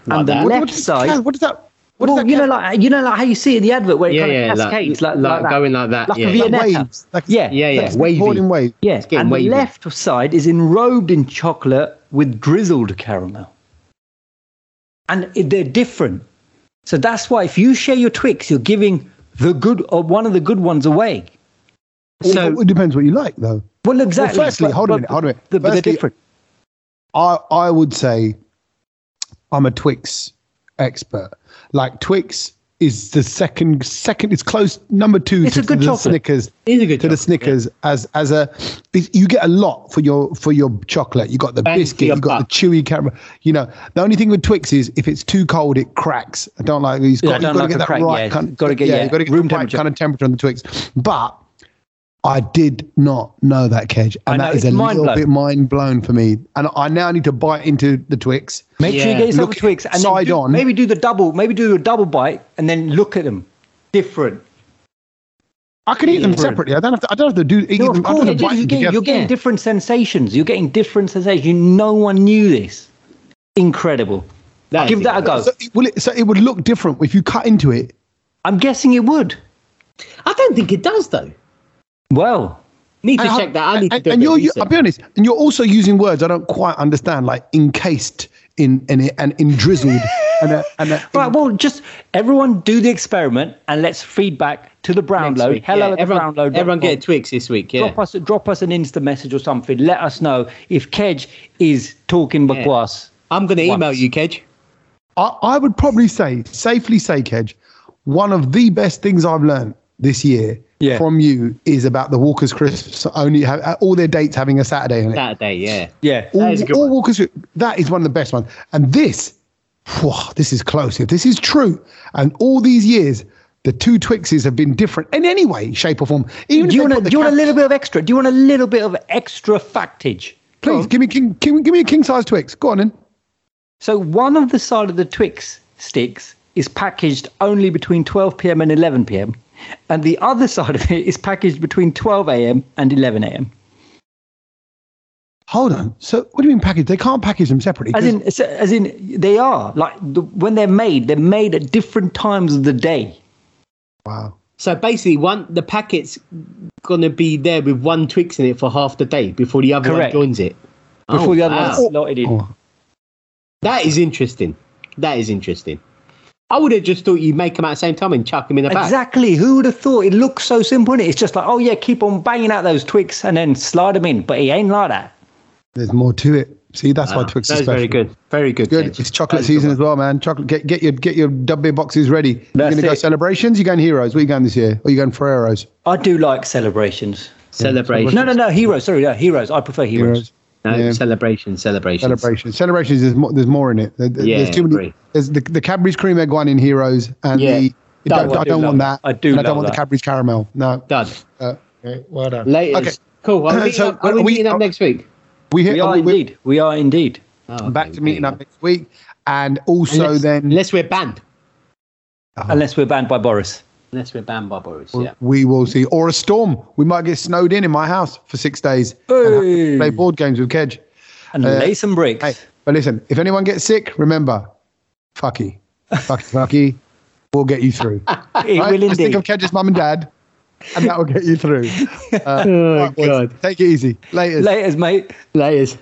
Like and the that? What- left what, side. What does that? What well, does that you know, like you know, like how you see in the advert where it Yeah, kind of yeah, like- cascades, like, like like, that. going like that, like yeah. a like Viennetta. waves, like yeah, Yeah, yeah, It's wavy. pouring wave. yeah. getting And wavy. the left side is enrobed in chocolate with drizzled caramel, and it- they're different. So that's why if you share your Twix, you're giving the good or one of the good ones away. So So, it depends what you like, though. well, exactly. Well, firstly, but- hold on a but minute, hold on a minute. the- but they're Firstly, different. I I would say I'm a Twix expert. Like Twix is the second second. It's close number two It's to a good the chocolate. Snickers. It is a good to the chocolate, Snickers as as a is- you get a lot for your for your chocolate. You got the Bang for biscuit, your you got buck. the chewy caramel. You know the only thing with Twix is if it's too cold, it cracks. I don't like these. Yeah, I got, you've don't got to like get a that crack, right yeah. kind. Gotta get- yeah, yeah, you got to get room the right temperature. kind of temperature on the Twix. But I did not know that Kedge, I and know, that is a it's mind little blown. bit mind blown for me. And I now need to bite into the Twix. Make sure you Yeah. get yourself Look a Twix and then side do- on. maybe do the double, maybe do a double bite and then look at them. Different. I can eat them Brilliant. separately. I don't have to. I don't have to do. Eat No, them, of I don't course, have to you're, bite getting, them you're getting- together. you're getting different sensations. You're getting different sensations. You- No one knew this. Incredible. That is Give that a go. So, it- will it, so it would look different if you cut into it. I'm guessing it would. I don't think it does though. Well, Need to And how- check that. I need and, to do a and bit you're, of you, research. I'll be honest, and you're also using words I don't quite understand, like encased in in it and in drizzled and a, and uh, a, right. Well, just everyone do the experiment and let's feedback to the Next Brownlow. week, Hello yeah. at everyone, the Brownlow. Everyone get a Twix this week. Yeah. drop us drop us an Insta message or something. Let us know if Kedge is talking Yeah. bakwas. I'm going to email Once. you, Kedge. I, I would probably say, safely say, Kedge, one of the best things I've learned this year Yeah. from you is about the Walker's crisps. Only have, all their dates having a Saturday on it. Saturday, yeah. Yeah. all, is a good all one. Walker's that is one of the best ones. And this, whew, this is close. If this is true, and all these years. The two Twixes have been different in any way, shape, or form. Even do if you they want put the do you want a cap- little bit of extra? Do you want a little bit of extra factage? Please give me king, king, give me a king size Twix. Go on in. So one of the side of the Twix sticks is packaged only between 12 p.m. and 11 p.m. and the other side of it is packaged between 12 a.m. and 11 a.m. Hold on. So what do you mean package? They can't package them separately. As 'cause- in so- as in they are like the, when they're made they're made at different times of the day. wow. So basically, one the packet's going to be there with one Twix in it for half the day before the other Correct. one joins it. Before Oh, the other wow. one's slotted in. Oh. That is interesting. That is interesting. I would have just thought you'd make them at the same time and chuck them in a bag. Exactly. Who would have thought? It looks so simple, is It's just like, oh yeah, keep on banging out those twigs and then slide them in. But it ain't like that. There's more to it. See, that's why Wow. Twix that is is special. Ah, very good. Very good. Good. Kedge. It's chocolate That is a good season one. as well, man. Chocolate. Get, get your get your W boxes ready. you're That's going to go it. celebrations. You're going heroes. Where you going this year? Or you going Ferreros? I do like celebrations. Celebration. No, no, no. Heroes. Sorry, no, heroes. I prefer heroes. No, Yeah. celebration, celebration. Celebrations. Celebrations. There's more. There's more in it. There- there- Yeah, there's too many. agree. There's the, the Cadbury's cream egg one in heroes, and Yeah. the. That I don't- one I I do don't want that. love. I do And I don't love want the that. Cadbury's caramel. No. Done. Uh, okay, well done. Later. Okay. Cool. I'll meet So, uh, you up, are we we- meeting up next week? We hit. We are we- we- indeed. We are indeed. Oh, back okay, to meeting okay. up next week. And also unless, then Unless we're banned. Unless we're banned by Boris. Unless we're banned by Boris. w- Yeah. we will see. Or a storm. We might get snowed in in my house for six days. and have to Hey. play board games with Kedge. And Uh, lay some bricks. Hey, but listen, if anyone gets sick, remember, fucky, fucky, fucky, we'll get you through. it Right? will Just think indeed. of Kedge's mum and dad, and that will get you through. Uh, Oh, right, boys, God. Take it easy. Later. Laters, mate. Layers.